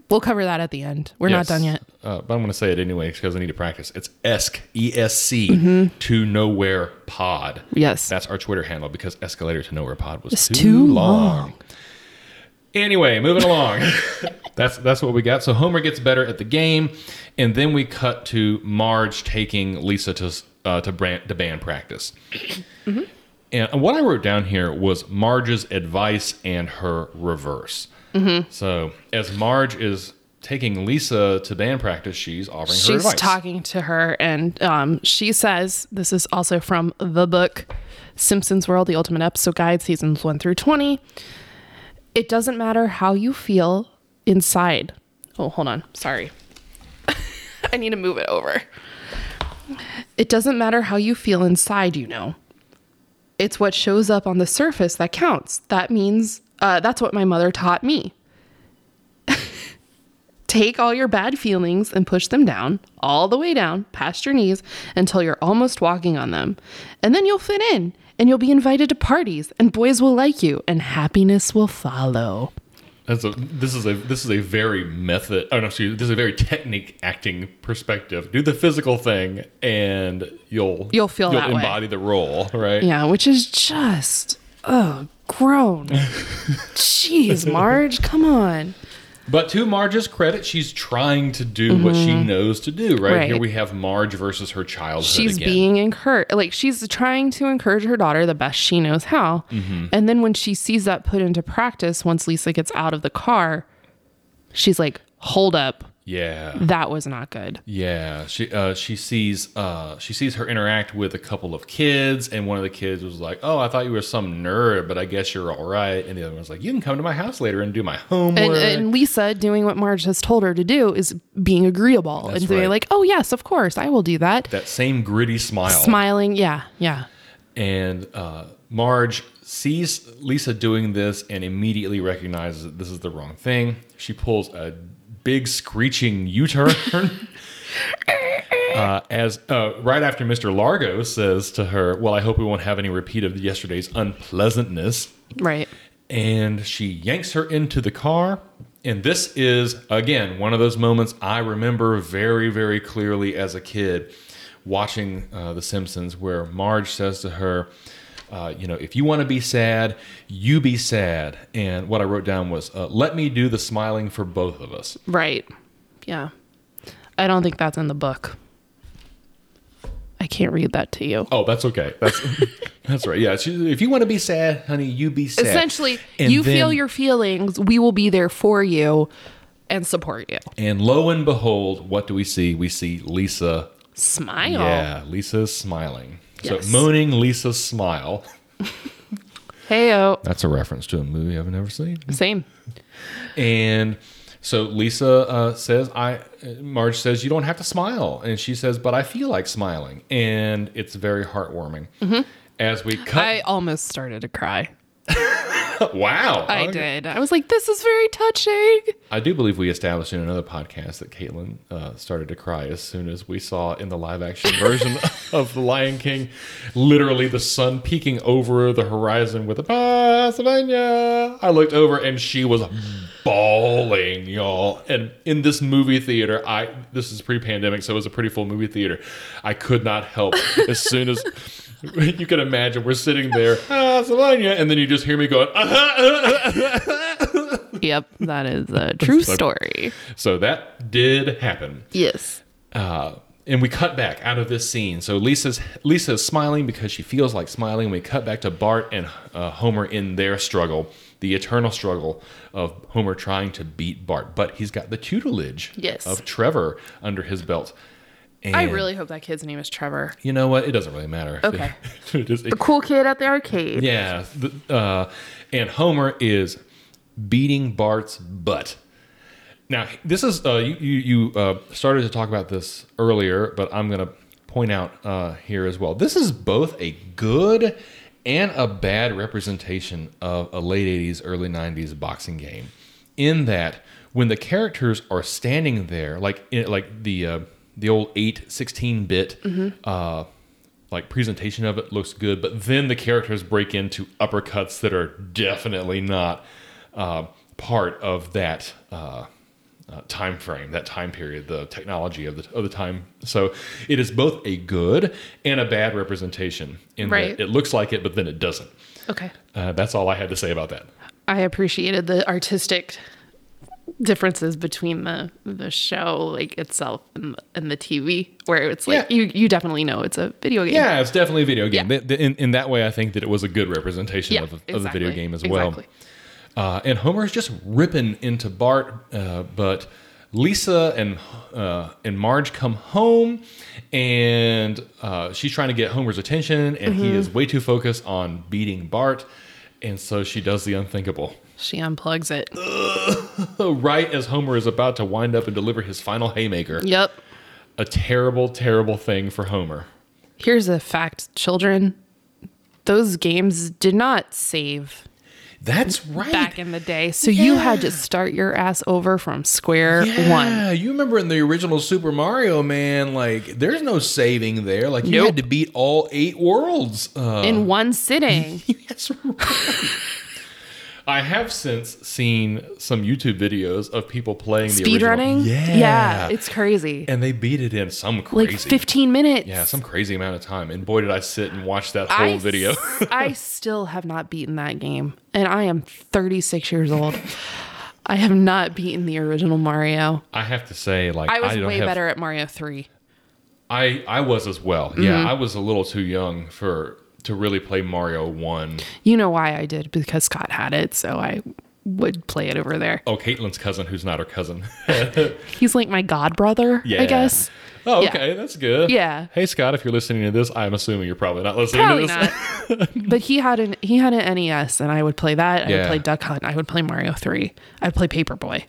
We'll cover that at the end. We're
Yes.
not done yet.
uh, but I'm going to say it anyway because I need to practice. It's ESC, E S C,
Mm-hmm.
to Nowhere Pod.
Yes.
That's our Twitter handle because Escalator to Nowhere Pod was
It's
too,
too
long. Anyway, moving along. [laughs] that's that's what we got. So Homer gets better at the game, and then we cut to Marge taking Lisa to s- uh, to, brand, to band
[coughs]
practice. Mm-hmm. And what I wrote down here was Marge's advice and her reverse.
Mm-hmm.
So as Marge is taking Lisa to band practice, she's offering her
She's
advice.
talking to her, and um, she says, This is also from the book Simpsons World, The Ultimate Episode Guide, seasons 1 through 20. It doesn't matter how you feel inside. Oh, hold on. Sorry. [laughs] I need to move it over. It doesn't matter how you feel inside, you know. It's what shows up on the surface that counts. That means uh, that's what my mother taught me. Take all your bad feelings and push them down, all the way down, past your knees, until you're almost walking on them. And then you'll fit in, and you'll be invited to parties, and boys will like you, and happiness will follow.
That's a, this is a this is a very method. Oh no, excuse. This is a very technique acting perspective. Do the physical thing, and you'll
You'll feel
you'll
that way.
embody the role, right?
Yeah, which is just, oh, grown. Jeez, Marge, come on.
But to Marge's credit, she's trying to do what she knows to do. Right?
Mm-hmm. Right.
here, we have Marge versus her childhood.
She's
again.
being encouraged, like, she's trying to encourage her daughter the best she knows how. And then when she sees that put into practice, once Lisa gets out of the car, she's like, hold up.
yeah.
that was not good.
Yeah, she uh, she sees uh, she sees her interact with a couple of kids, and one of the kids was like, "Oh, I thought you were some nerd, but I guess you're all right." And the other one's like, "You can come to my house later and do my homework."
And, and Lisa doing what Marge has told her to do is being agreeable
That's
and being
right.
like, "Oh yes, of course, I will do that."
that same gritty smile,
Smiling, yeah, yeah,
and uh, Marge sees Lisa doing this and immediately recognizes that this is the wrong thing. She pulls a big screeching U-turn. [laughs] Uh, as uh, right after Mr. Largo says to her, "Well, I hope we won't have any repeat of yesterday's unpleasantness,"
right.
and she yanks her into the car. And this is, again, one of those moments I remember very, very clearly as a kid watching uh, The Simpsons, where Marge says to her, uh, You know, if you want to be sad, you be sad. And what I wrote down was, uh, Let me do the smiling for both of us.
Right. Yeah. I don't think that's in the book. I can't read that to you.
Oh, that's okay. That's, [laughs] that's right. Yeah. She, if you want to be sad, honey, you be sad.
Essentially,
And
you feel
then-
your feelings, we will be there for you and support you.
And lo and behold, what do we see? We see Lisa
Smile.
Yeah, Lisa's smiling.
Yes.
So moaning Lisa's smile.
Heyo.
That's a reference to a movie I've never seen.
oh, Same.
And so Lisa uh, says, "I." Marge says, "You don't have to smile," and she says, "But I feel like smiling," and it's very heartwarming.
Mm-hmm.
As we cut,
I almost started to cry.
[laughs] wow,
I
Oh, Okay.
did. I was like, this is very touching.
I do believe we established in another podcast that Caitlin uh, started to cry as soon as we saw in the live action version of The Lion King, literally the sun peeking over the horizon with a Pennsylvania. I looked over and she was bawling, y'all. And in this movie theater, I this is pre-pandemic, so it was a pretty full movie theater. I could not help as soon as. You can imagine we're sitting there, Pennsylvania, and then you just hear me going, "Uh-huh,
Yep, that is a true
so-
story.
so that did happen.
Yes.
Uh, and we cut back out of this scene. So Lisa's Lisa's smiling because she feels like smiling. We cut back to Bart and uh, Homer in their struggle, the eternal struggle of Homer trying to beat Bart, but he's got the tutelage
Yes.
of Trevor under his belt. And
I really hope that kid's name is Trevor.
you know what? It doesn't really matter. [laughs]
Okay.
It just- it-
Cool kid at the arcade.
yeah, the, uh, and Homer is beating Bart's butt. Now, this is uh, you you, you uh, started to talk about this earlier, but I'm going to point out uh, here as well. This is both a good and a bad representation of a late '80s, early '90s boxing game, in that when the characters are standing there, like in, like the uh, the old eight 16 bit uh, like presentation of it looks good, but then the characters break into uppercuts that are definitely not uh, part of that uh, uh, time frame, that time period, the technology of the of the time. So it is both a good and a bad representation. In that
Right.
it looks like it, but then it doesn't.
Okay.
Uh, that's all I had to say about that.
I appreciated the artistic differences between the the show like itself and the, and the TV where it's like
Yeah.
you you definitely know it's a video game.
Yeah, it's definitely a video game.
Yeah.
Th- th- In, in that way, I think that it was a good representation
Yeah,
of, of the video
exactly,
game as well.
exactly.
Uh, and Homer is just ripping into Bart, uh, but Lisa and uh, and Marge come home, and uh, she's trying to get Homer's attention, and
Mm-hmm.
he is way too focused on beating Bart, and so she does the unthinkable. [laughs]
She unplugs it.
right as Homer is about to wind up and deliver his final haymaker,
Yep.
a terrible, terrible thing for Homer.
Here's a fact, children. Those games did not save
That's right.
back in the day. So you had to start your ass over from square one.
Yeah, you remember in the original Super Mario, man, like there's no saving there. Like you
Nope.
had to beat all eight worlds. Uh,
In one sitting.
that's right. I have since seen some YouTube videos of people playing the original.
Speedrunning?
Yeah.
Yeah. It's crazy.
and they beat it in some
like
crazy.
15 minutes.
yeah, some crazy amount of time. And boy, did I sit and watch that
I
whole video.
s-
[laughs]
I still have not beaten that game, and I am 36 years old. I have not beaten the original Mario.
I have to say, like,
I was
don't
way
have,
better at Mario 3.
I I was as well.
Mm-hmm.
Yeah, I was a little too young for to really play Mario One.
You know why I did? Because Scott had it, so I would play it over there.
Oh, Caitlin's cousin, who's not her cousin. [laughs]
He's like my god brother,
Yeah.
I guess.
Oh,
Yeah.
okay, that's good.
Yeah.
Hey, Scott, if you're listening to this, I'm assuming you're probably not listening
Probably
to this. [laughs]
not. but he had an he had an NES, and I would play that. I
Yeah.
would play Duck Hunt. I would play Mario 3. I'd play Paperboy.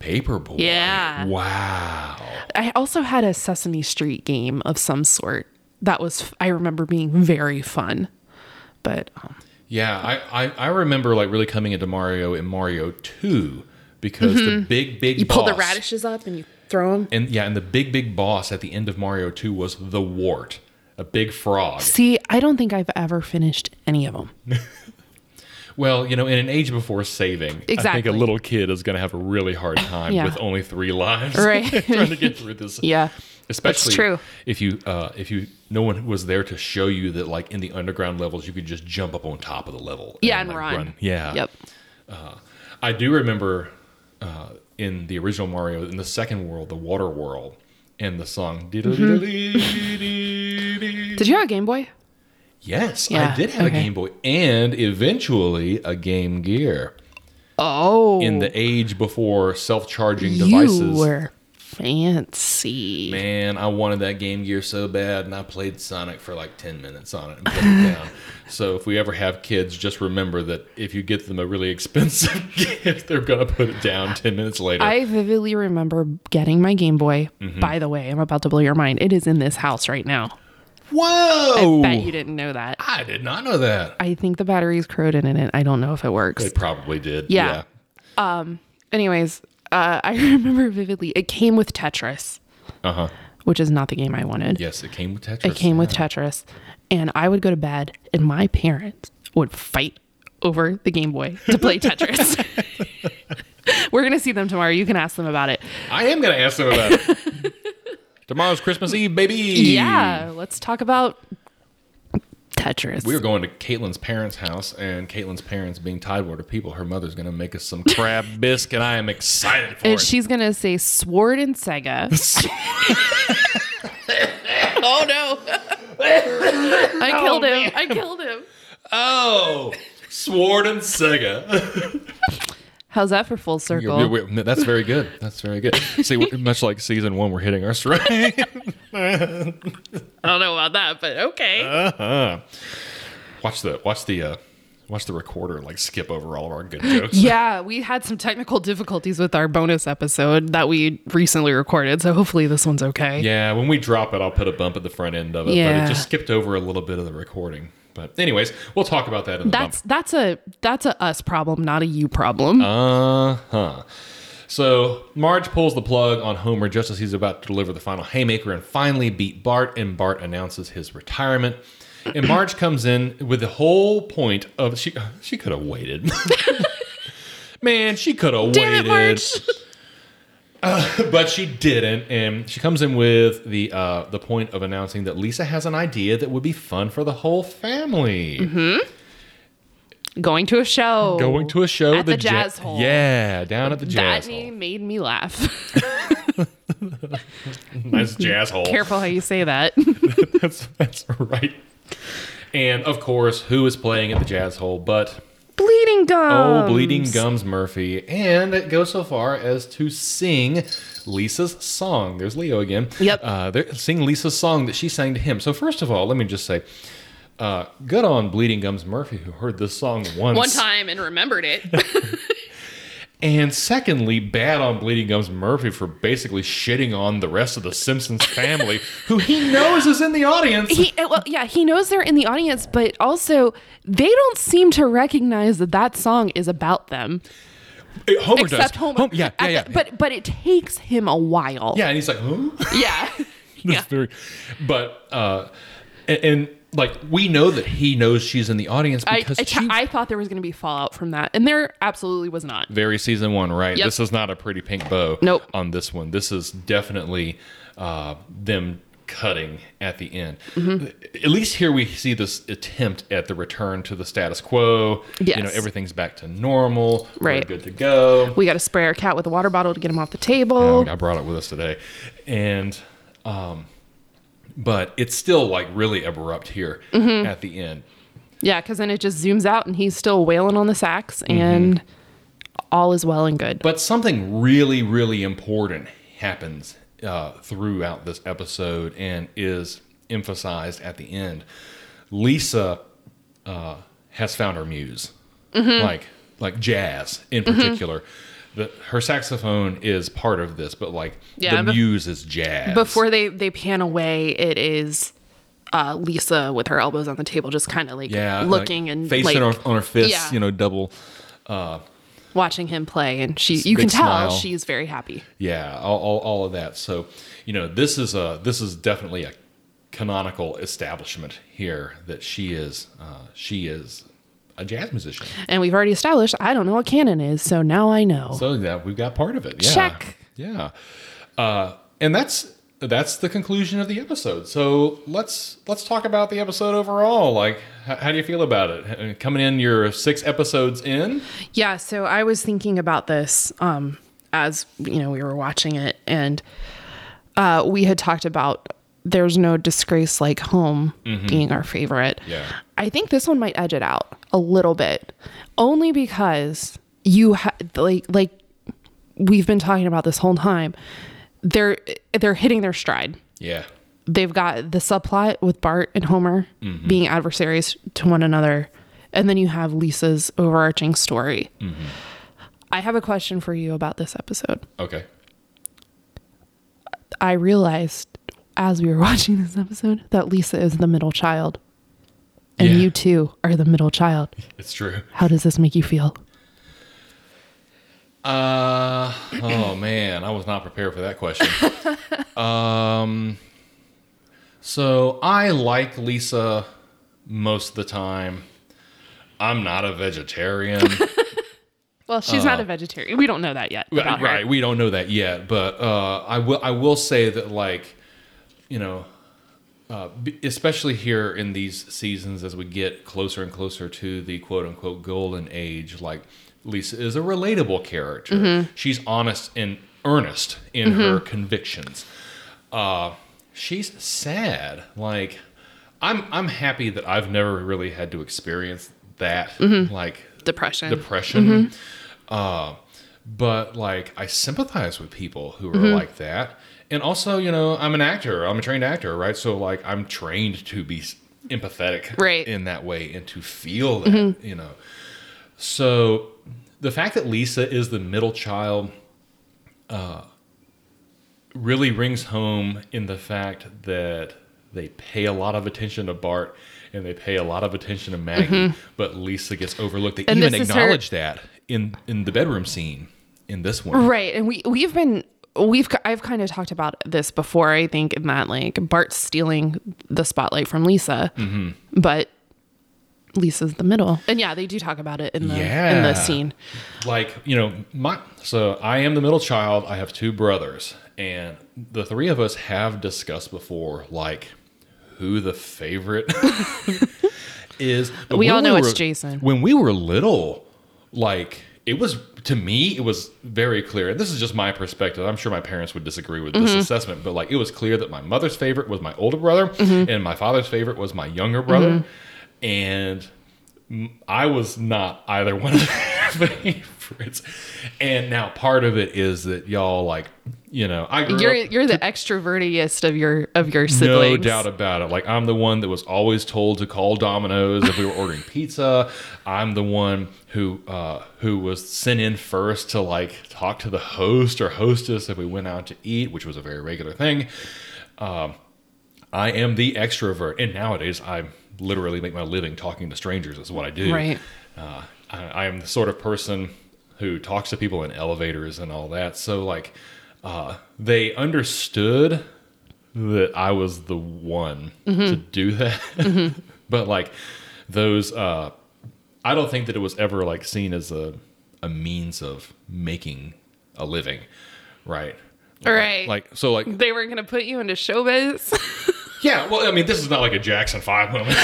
Paperboy.
Yeah.
Wow.
I also had a Sesame Street game of some sort. That was I remember being very fun. But um,
Yeah, I, I I remember like really coming into Mario in Mario Two because the big big
Mm-hmm. You
boss,
pull the radishes up and you throw them.
and yeah, and the big big boss at the end of Mario Two was the wart, a big frog.
See, I don't think I've ever finished any of them.
Well, you know, in an age before saving, I think
Exactly.
a little kid is going to have a really
[laughs]
hard time
Yeah.
with only three lives,
Right.
[laughs] trying to get through this.
[laughs] Yeah.
especially
true.
if you uh, if you no one was there to show you that like in the underground levels you could just jump up on top of the level
Yeah, and
like,
run.
yeah
Uh, Yep.
i do remember uh, in the original mario in the second world the water world and the song
Did you have a Game Boy?
yes i
Yeah,
did have
okay.
a game boy and eventually a game gear
Oh,
in the age before self-charging devices
you were fancy.
Man, I wanted that Game Gear so bad, and I played Sonic for like 10 minutes on it and put it down. So if we ever have kids, just remember that if you get them a really expensive gift, they're going to put it down 10 minutes later.
I vividly remember getting my Game Boy.
Mm-hmm.
By the way, I'm about to blow your mind. It is in this house right now.
Whoa!
Bet you didn't know that.
I did not know that.
I think the battery's corroded in it. I don't know if it works.
They probably did.
Yeah. Anyways, uh, I [laughs] remember vividly. It came with Tetris,
Uh huh.
which is not the game I wanted.
Yes, it came with Tetris.
It came with Tetris, and I would go to bed, and my parents would fight over the Game Boy to play Tetris. [laughs] We're gonna see them tomorrow. You can ask them about it.
I am going to ask them about it.
[laughs]
Tomorrow's Christmas Eve, baby.
Yeah, let's talk about Tetris.
We were going to Caitlin's parents' house, and Caitlin's parents being Tidewater people, her mother's going to make us some
[laughs]
crab bisque, and I am excited for
and
it.
she's gonna say Sword and Sega. [laughs] oh no! I killed him. I killed him.
Oh, Sword and [laughs] Sega.
How's that for full circle?
That's very good. That's very good. See, we're- much like season one, we're hitting our stride. [laughs]
I don't know about that, but okay.
Watch the watch the uh, watch the recorder like skip over all of our good jokes.
Yeah, we had some technical difficulties with our bonus episode that we recently recorded, so hopefully this one's okay.
Yeah, when we drop it, I'll put a bump at the front end of it, but
Yeah.
it just skipped over a little bit of the recording. But anyways, we'll talk about that in the bump.
That's that's a that's a us problem, not a you problem.
Uh huh. So Marge pulls the plug on Homer just as he's about to deliver the final haymaker and finally beat Bart, and Bart announces his retirement. And Marge comes in with the whole point of she she could have waited. [laughs] Man, she could have
Damn
waited. Uh,
it, Marge.
but she didn't, and she comes in with the uh, the point of announcing that Lisa has an idea that would be fun for the whole family.
Mm-hmm. Going to a show.
Going to a show
At the
Ja-
Jazz Hall.
Yeah, down at the
That
jazz hall.
name made me laugh. [laughs]
Nice jazz hall.
Careful how you say that.
[laughs]
[laughs]
That's that's right. And of course, who is playing at the jazz hole but
Bleeding gum.
Oh, Bleeding Gums Murphy. And it goes so far as to sing Lisa's song. There's Leo again.
Yep.
Uh, they're- sing Lisa's song that she sang to him. So, first of all, let me just say uh, good on Bleeding Gums Murphy, who heard this song once.
One time and remembered it.
And secondly, bad on Bleeding Gums Murphy for basically shitting on the rest of the Simpsons family, who he knows is in the audience.
[laughs] he uh, well yeah he knows they're in the audience but also they don't seem to recognize that that song is about them
Homer does.
except homer
Hom- yeah, yeah,
At
yeah.
the- but but it takes him a while
yeah, and he's like, huh?
[laughs] yeah,
That's very, but uh, and, and like we know that he knows she's in the audience
I,
because
I,
she
I thought there was going to be fallout from that and there absolutely was not
very season one, right?
Yep.
This is not a pretty pink bow.
Nope.
On this one, this is definitely uh, them cutting at the end.
Mm-hmm.
At least here we see this attempt at the return to the status quo. You know,
Yes.
everything's back to normal.
Right.
We're good to go.
we got to spray our cat with a water bottle to get him off the table
I brought it with us today, and um, but it's still like really abrupt here
Mm-hmm.
at the end.
yeah because then it just zooms out and he's still wailing on the sax and all is well and good
Mm-hmm. But something really, really important happens uh, throughout this episode and is emphasized at the end. Lisa uh, has found her muse,
Mm-hmm.
like like jazz in particular. The, her saxophone is part of this, but like
Yeah,
the
bef-
muse is jazz.
before they they pan away it is uh lisa with her elbows on the table just kind of like
yeah, like,
looking and like,
facing on, on her fists,
Yeah.
you know, double.
watching him play and she you can
big
tell
smile.
she's very happy
yeah all, all, all of that so you know this is a this is definitely a canonical establishment here that she is uh, she is a jazz musician
and we've already established i don't know what canon is so now i know
so that we've got part of it yeah
Check.
yeah uh, and that's that's the conclusion of the episode so let's let's talk about the episode overall like how, how do you feel about it Uh, coming in your six episodes in
yeah so i was thinking about this um as you know we were watching it and uh we had talked about there's no disgrace like home being our favorite
Mm-hmm. Yeah.
i think this one might edge it out a little bit only because you ha- like like we've been talking about this whole time they're they're hitting their stride
yeah
they've got the subplot with Bart and Homer
Mm-hmm.
being adversaries to one another, and then you have Lisa's overarching story.
Mm-hmm.
I have a question for you about this episode.
okay
I realized as we were [laughs] watching this episode that Lisa is the middle child, and
Yeah.
you too are the middle child.
it's true
How does this make you feel?
Uh, oh [clears throat] man, I was not prepared for that question. um, so I like Lisa most of the time. I'm not a vegetarian.
Well, she's not a vegetarian. We don't know that yet.
Uh, right, right, we don't know that yet, but uh, I will. I will say that, like, you know, uh, b- especially here in these seasons, as we get closer and closer to the quote unquote golden age, like Lisa is a relatable character. She's honest and earnest in her convictions. Uh, she's sad. Like, I'm. I'm happy that I've never really had to experience that. Like
Depression.
depression. Uh, but like, I sympathize with people who are like that. And also, you know, I'm an actor. I'm a trained actor, right? So like, I'm trained to be s- empathetic,
Right.
in that way, and to feel that, you know. So the fact that Lisa is the middle child uh, really rings home in the fact that they pay a lot of attention to Bart and they pay a lot of attention to Maggie, but Lisa gets overlooked. They
Mm-hmm. And
even
this is her-
acknowledge that in in the bedroom scene in this one.
Right, and we we've been we've I've kind of talked about this before. I think
Mm-hmm.
in that like Bart stealing the spotlight from Lisa, but Lisa's the middle. And yeah, they do talk about it in the in
Yeah.
the scene.
like you know my so i am the middle child i have two brothers and the three of us have discussed before like who the favorite [laughs] is But
We
when
all know it's
were-
Jason.
when we were little like it was to me it was very clear and this is just my perspective i'm sure my parents would disagree with this assessment but like it was clear that my mother's favorite was my older brother and my father's favorite was my younger brother and I was not either one of their [laughs] favorites. And now part of it is that y'all like, you know, I grew
You're
up
you're the extrovertiest of your of your
no
siblings.
doubt about it. Like I'm the one that was always told to call Domino's if we were ordering pizza. I'm the one who uh, who was sent in first to like talk to the host or hostess if we went out to eat, which was a very regular thing. Um, I am the extrovert, and nowadays I literally make my living talking to strangers. Is what I do.
Right.
Uh, I, I am the sort of person who talks to people in elevators and all that. So like, uh, they understood that I was the one
Mm-hmm.
to do [laughs] that. but like those uh I don't think that it was ever like seen as a a means of making a living, right?
Right.
Like so like
They were gonna put you into showbiz. [laughs]
yeah, well, I mean, this is not like a Jackson Five moment.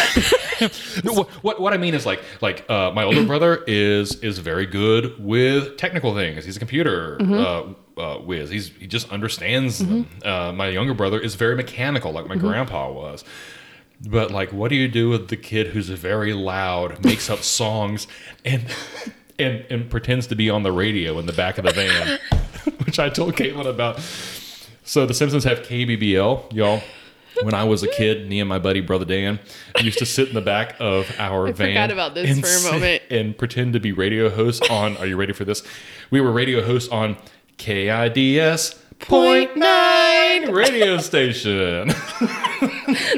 No, what, what what I mean is like like uh, my older brother is is very good with technical things. He's a computer uh, uh, whiz. He's he just understands them. Uh, my younger brother is very mechanical, like my grandpa was. But like, what do you do with the kid who's very loud, makes
[laughs]
up songs, and and and pretends to be on the radio in the back of the van? [laughs] Which I told Caitlin about. So the Simpsons have KBBL, y'all. When I was a kid, me and my buddy brother Dan used to sit in the back of our van.
forgot about this
and
for a
sit-
moment.
and pretend to be radio hosts on. Are you ready for this? We were radio hosts on KIDS point nine radio station. [laughs]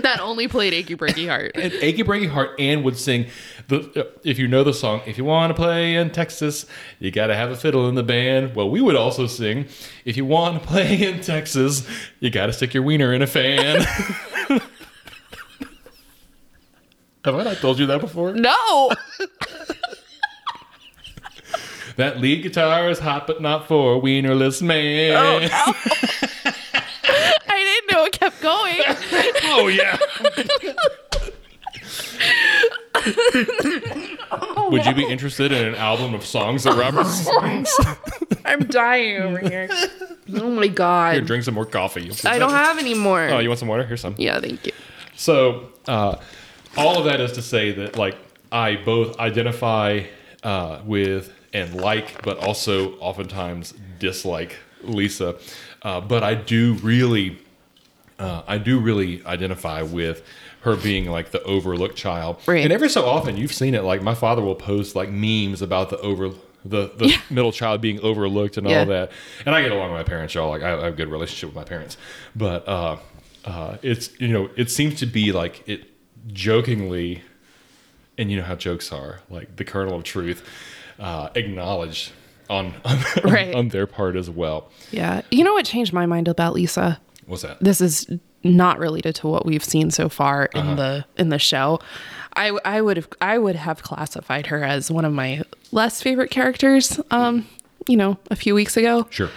that only played Achy Breaky Heart.
and Achy Breaky Heart and would sing the uh, if you know the song if you want to play in Texas you got to have a fiddle in the band well we would also sing if you want to play in Texas you got to stick your wiener in a fan [laughs] Have I not told you that before?
No.
That lead guitar is hot, but not for a wienerless [laughs] man. Oh,
I didn't know it kept
[laughs]
going.
Oh, yeah. Would you be interested in an album of songs that Robert sings?
I'm dying over
[laughs]
here. Oh my
Here,
god.
drink some more coffee. [laughs]
I don't have any more.
Oh, you want some water? Here's some.
yeah, thank you.
So, uh, all of that is to say that, like, I both identify uh, with and like, but also oftentimes dislike Lisa. Uh, but I do really, uh, I do really identify with her being like the overlooked child.
Right.
And every so often, you've seen it. Like, my father will post like memes about the over. The, the middle child being overlooked and
Yeah.
all that, and I get along with my parents, y'all. Like I, I have a good relationship with my parents, but uh, uh, it's you know it seems to be like it jokingly and you know how jokes are like the kernel of truth uh, acknowledged on [laughs] on,
Right.
on their part as well
Yeah. You know what changed my mind about Lisa?
what's that
This is not related to what we've seen so far in the in the show. I I would have I would have classified her as one of my less favorite characters. Um, you know, a few weeks ago.
sure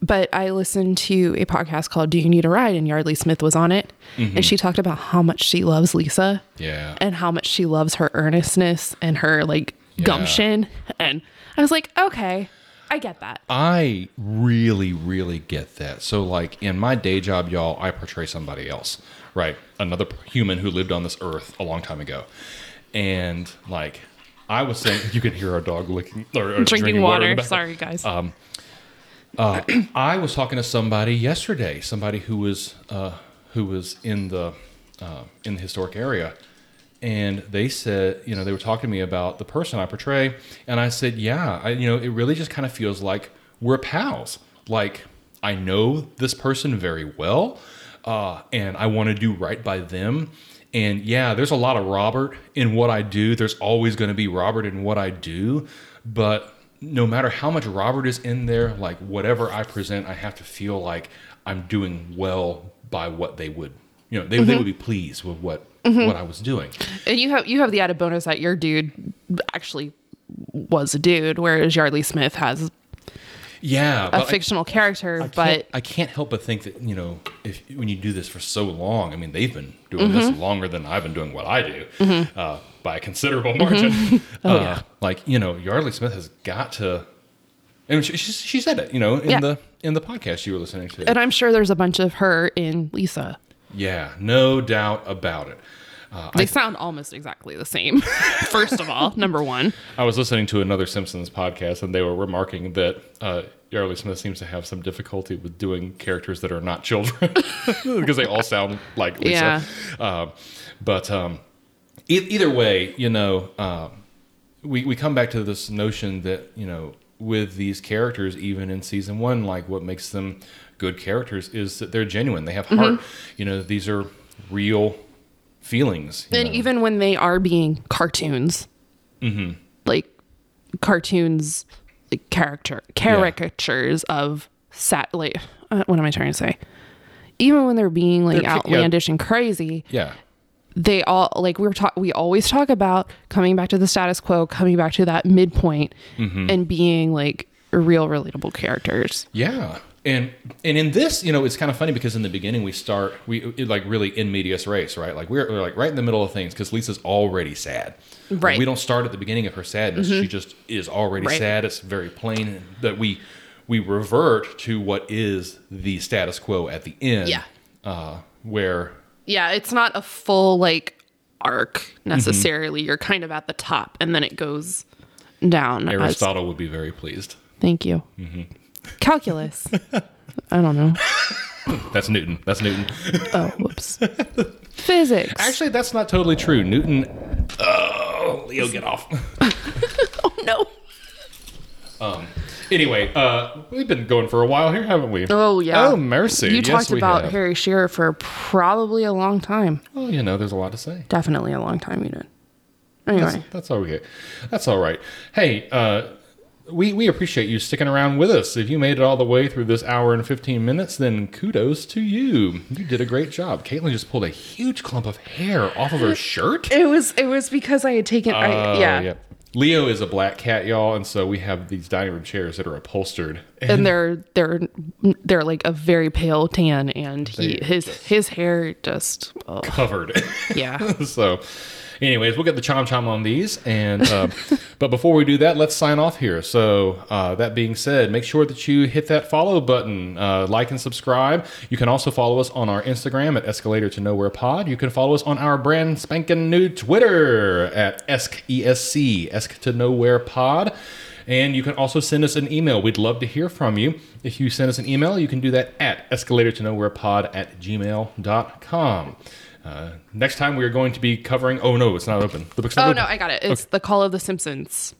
But I listened to a podcast called Do You Need a Ride? And Yardley Smith was on it. And she talked about how much she loves Lisa
yeah
and how much she loves her earnestness and her like gumption. And I was like, okay, I get that.
I really, really get that. So, like in my day job, y'all, I portray somebody else, right? Another p- human who lived on this earth a long time ago. And like, I was saying, you can hear our dog licking or, or
Drinking,
drinking,
water.
in the Um, background.
Sorry, guys.
I was talking to somebody yesterday, somebody who was uh, who was in the uh, in the historic area, and they said, you know, they were talking to me about the person I portray, and I said, yeah, I, you know, it really just kind of feels like we're pals. Like I know this person very well, uh, and I want to do right by them. And yeah, there's a lot of Robert in what I do. There's always going to be Robert in what I do, but no matter how much Robert is in there, like whatever I present, I have to feel like I'm doing well by what they would, you know, they, they would be pleased with what what I was doing.
And you have you have the added bonus that your dude actually was a dude, whereas Yardley Smith has
Yeah,
a
but I-
fictional character,
can't-
but
I can't help but think that you know, if when you do this for so long, I mean, they've been doing this
Mm-hmm.
longer than I've been doing what I do uh, by a considerable
Mm-hmm.
margin.
[laughs] Oh,
uh, Like you know, Yardley Smith has got to, and she, she, she said it, you know, in
Yeah.
the in the podcast you were listening to.
and I'm sure there's a bunch of her in Lisa.
yeah, no doubt about it. Uh,
They sound almost exactly the same. [laughs] First of all, number one.
I was listening to another Simpsons podcast, and they were remarking that uh, Yardley Smith seems to have some difficulty with doing characters that are not children [laughs] because they all sound like Lisa.
Yeah.
Um, but um, e- either way, you know, um, we we come back to this notion that you know with these characters, even in season one, like what makes them good characters is that they're genuine. They have heart. You know, these are real feelings. you
And
know.
even when they are being cartoons,
Mm-hmm.
like cartoons, like character caricatures of sat like uh, what am I trying to say? Even when they're being like
They're ca- yeah.
outlandish and crazy,
yeah.
they all like we were talk we always talk about coming back to the status quo, coming back to that midpoint,
Mm-hmm.
and being like real relatable characters.
Yeah. And and in this, you know, it's kind of funny because in the beginning we start we it, like really in medias race, right? Like we're, we're like right in the middle of things because Lisa's already sad. Like,
Right. Mm-hmm.
we don't start at the beginning of her sadness. She just is already
Right.
sad. It's very plain that we we revert to what is the status quo at the end.
Yeah.
Uh, where
Yeah, it's not a full like arc
Mm-hmm.
necessarily. You're kind of at the top and then it goes down. as-
Aristotle Mm-hmm. would be very pleased.
Thank you.
[laughs]
Calculus. I don't know.
That's Newton. That's Newton.
Oh, whoops. Physics.
Actually, that's not totally true. Newton. Oh, Leo, get off.
oh no.
Anyway, uh, we've been going for a while here, haven't we?
Oh yeah.
Oh mercy.
You
Yes,
talked
we
about
have.
Harry Shearer for probably a long time.
Well, you know, there's a lot to say.
Definitely a long time. You did. Anyway.
That's, that's all we get. That's all right. Hey, uh, we we appreciate you sticking around with us. If you made it all the way through this hour and 15 minutes, then kudos to you. You did a great job. Caitlin just pulled a huge clump of hair off of
[laughs]
her shirt.
It was it was because I had taken I,
Oh,
yeah.
Leo is a black cat, y'all, and so we have these dining room chairs that are upholstered.
And they're they're they're like a very pale tan and he
They
his his hair just oh,
covered. [laughs]
yeah.
so anyways we'll get the chom chom on these and uh, [laughs] but before we do that let's sign off here so uh, that being said make sure that you hit that follow button uh, like and subscribe you can also follow us on our instagram at escalator to nowhere pod you can follow us on our brand spanking new twitter at E esc esc esc to nowhere pod and you can also send us an email. We'd love to hear from you. If you send us an email, you can do that at escalator to nowhere pod at gmail.com. Uh, next time we are going to be covering. Oh no, it's not open. The book's not
Oh
open.
no, I got it. It's the Call of the Simpsons.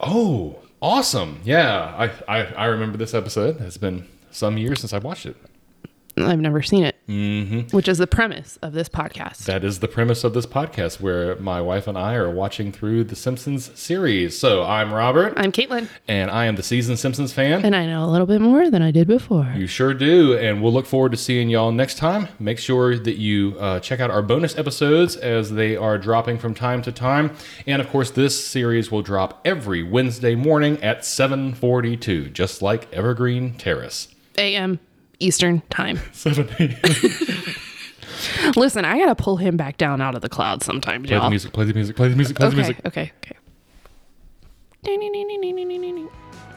Oh, awesome! Yeah, I, I I remember this episode. It's been some years since I watched it.
I've never seen it, mm-hmm. which is the premise of this podcast.
That is the premise of this podcast, where my wife and I are watching through the Simpsons series. So I'm Robert,
I'm Caitlin,
and I am the seasoned Simpsons fan.
and I know a little bit more than I did before.
You sure do. And we'll look forward to seeing y'all next time. Make sure that you uh, check out our bonus episodes as they are dropping from time to time. And of course, this series will drop every Wednesday morning at 742, just like Evergreen Terrace.
A.M. Eastern time. [laughs]
7 a.m.
Listen, I gotta pull him back down out of the clouds sometime,
Play the
y'all.
music, play the music, play the music, play the
okay,
music.
okay, okay.